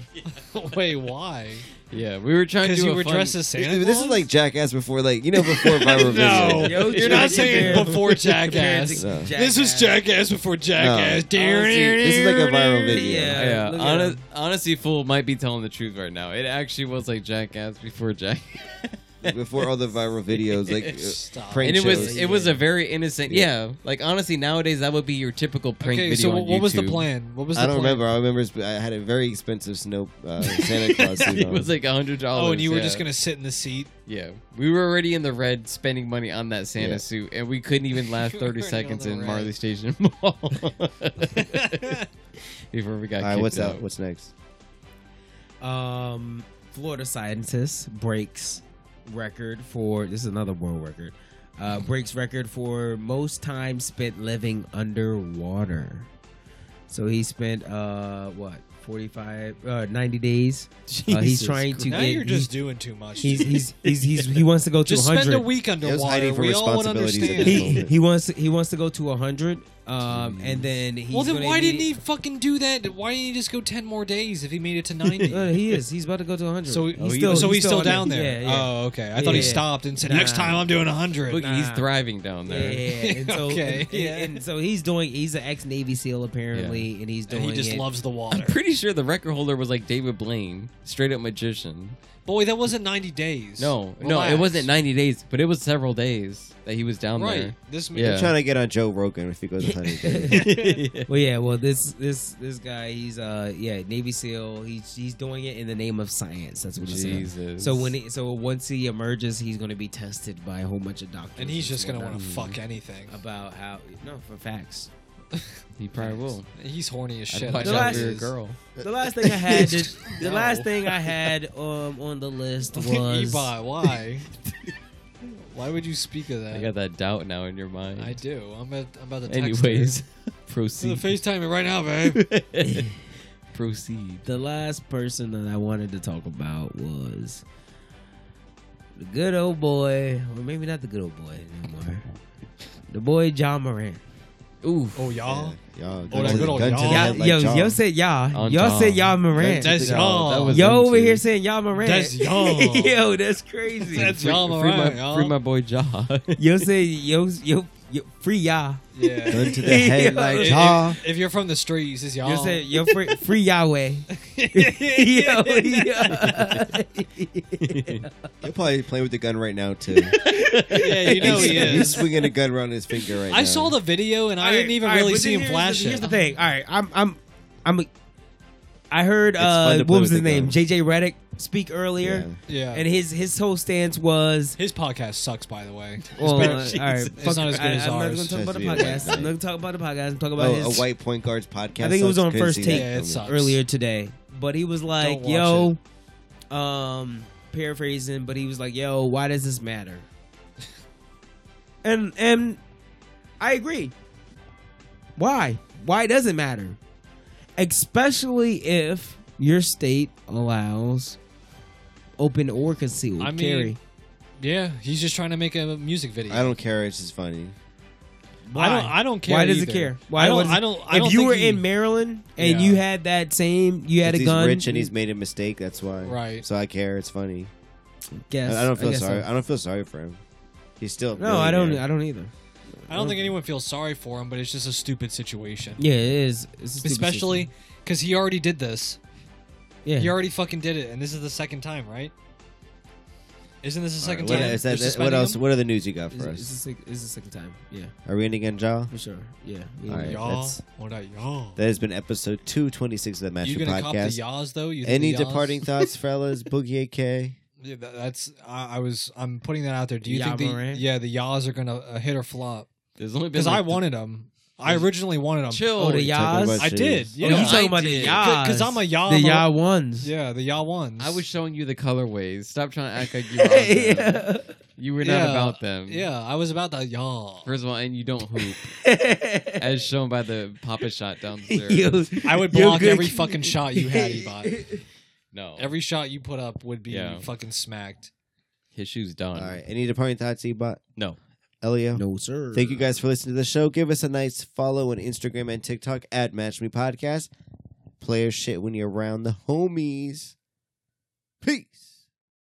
Wait, why? Yeah, we were trying to Because do you a were fun- dressed as Santa. This Claus? is like Jackass before, like you know, before viral no, video. Yo, you're not Jackass. saying before Jackass. Oh, No. This is Jackass before Jackass. No. This is like a viral video. Yeah. Yeah, Look at honest, him. honestly, fool might be telling the truth right now. It actually was like Jackass before Jack, Before all the viral videos, like uh, Stop. prank and it shows. was it was a very innocent. Yeah, like honestly, nowadays that would be your typical prank okay, video. so on what, what was the YouTube. plan? What was the I don't plan? remember. I remember it's- I had a very expensive snow uh, Santa Claus. suit it on. was like a hundred dollars. Oh, and you were yeah. just gonna sit in the seat. Yeah, we were already in the red, spending money on that Santa Yeah. suit, and we couldn't even last You were thirty already on seconds the in red. Marley Station Mall before we all got. right, kicked what's out? up? What's next? Um, Florida scientist breaks record for this is another world record. Uh, Mm-hmm. breaks record for most time spent living underwater. So he spent uh what 45 uh 90 days. Uh, he's Jesus trying to Now get you're just doing too much. he's, he's, he's, he's, he wants to go to just 100. spend a week was underwater. hiding from We all would responsibilities at this understand. He, moment. he wants to, he wants to go to 100 um and then he's well, then gonna why need- didn't he fucking do that? Why didn't he just go ten more days if he made it to Uh, ninety? he is. He's about to go to 100. So, he's he- still, so he's, still, on down it. there. Yeah, yeah. Oh, okay. I thought he Yeah. stopped and said, Nah. "Next time, I'm doing Boogie, hundred. he's Nah. thriving down there. Yeah, and so, Okay, and, and- yeah. and so he's doing. He's an ex Navy SEAL apparently, and he's doing. And he just it. loves the I'm water. pretty sure the record holder was like David Blaine, straight up magician. Boy, that wasn't ninety days. No, no, Relax. it wasn't 90 days, but it was several days that he was down Right. This Yeah. I'm trying to get on Joe Rogan if he goes 100 days. there. Well, yeah. Well, this this this guy, he's uh, yeah, Navy SEAL. He's he's doing it in the name of science. That's what he said. Jesus. So when he, so once he emerges, he's going to be tested by a whole bunch of doctors, Mm. and he's just gonna want whatnot to fuck anything. about how no for facts. He probably will. He's horny as I'd shit. watch The I know out last- for he your is. girl. The last thing I had, did, the No. last thing I had um, on the list was Ebot, why? why would you speak of that? I got that doubt now in your mind. I do. I'm about, I'm about to text Anyways, her. proceed. So FaceTime me right now, babe. proceed. the last person that I wanted to talk about was the good old boy, or maybe not the good old boy anymore. The boy John Moran. Ooh, oh, y'all. Y'all, that good old y'all. y'all, like yo, y'all. yo said y'all, On y'all John. said y'all Moran. That's That y'all. was Yo them over two. here saying y'all Moran. That's y'all. yo, that's crazy. That's Free- y'all, free, alright, my, y'all. free my boy Jaw. yo say yo yo, yo free y'all. Yeah. Gun to the head Yo. like If- y'all. If, if you're from the streets, it's y'all. Yo say yo free, free Yahweh. yo, yo. He'll probably playing with the gun right now too. yeah, you know he He's is. swinging a gun around his finger right now. I saw the video and I All didn't right, even all right, really but see then him here's flash the, it. Here's the thing. All right, I'm I'm I'm a, I heard It's fun uh to play what was with the his name? gun. JJ Reddick speak earlier Yeah. Yeah. and his his whole stance was His podcast sucks, by the way. well, It's uh, been- all right, It's fuck, not as good I, as I'm not going to ours. talk about the Has to be a white podcast. I'm not going to talk about the podcast. I'm talking about Oh, his a white point guard's podcast. I think it was sucks. on Couldn't First see that Take. Yeah, uh, it coming. sucked. earlier today, but he was like, watch "Yo, um, paraphrasing, but he was like, "Yo, why does this matter?" and and I agree. Why? Why does it matter? Especially if your state allows open or concealed I mean- carry. Yeah, he's just trying to make a music video. I don't care. It's just funny. I don't. I don't care. Why does either. it care? Why I don't. what does it- I don't. I don't if you think were he- in Maryland and Yeah. you had that same, you had a he's gun. rich and he's made a mistake. That's why. Right. So I care. It's funny. guess, I I don't feel guess so. sorry. I don't feel sorry for him. He's still. a No, I don't. billionaire. I don't either. I don't think anyone feels sorry for him, but it's just a stupid situation. Yeah, it is. It's a stupid Especially because he already did this. system. yeah. He already fucking did it, and this is the second time, right? Isn't this the All right, second what, time? is that- they're that- what suspending else? him? What are the news you got It's, for it's, the us? sec- it's the second time. Yeah, Are we ending on Jaw? for sure. Yeah. Oh, We- All right. Y'all. that's- What are y'all? That has been episode two twenty six of the You Master gonna cop the Podcast. yaws though? You think Any the yaws- departing thoughts, fellas? Boogie AK. Yeah, that- that's I, I was. I'm putting that out there. Do you Yah think the Morant? yeah the yaws are gonna uh, hit or flop? There's only been Because I like um, wanted them. I originally wanted them. Chill. Oh, the You're talking Yas? about I shoes. did. Oh, Yeah, you talking I about the did. Yas? 'Cause I'm a Yas. The Yah ones. Yeah, the yaw ones. I was showing you the colorways. Stop trying to act like you were. on them. Yeah. You were not Yeah. about them. Yeah, I was about the yaw. First of all, and you don't hoop, as shown by the papa shot downstairs. Yo, I would yo, block good- every fucking shot you had, Ebot. No, Every shot you put up would be Yeah. fucking smacked. his shoes done. All right. Any departing thoughts, Ebot? No, Elio. No sir. Thank you guys for listening to the show. Give us a nice follow on Instagram and TikTok at Match Me Podcast. Player shit when you're around the homies. Peace.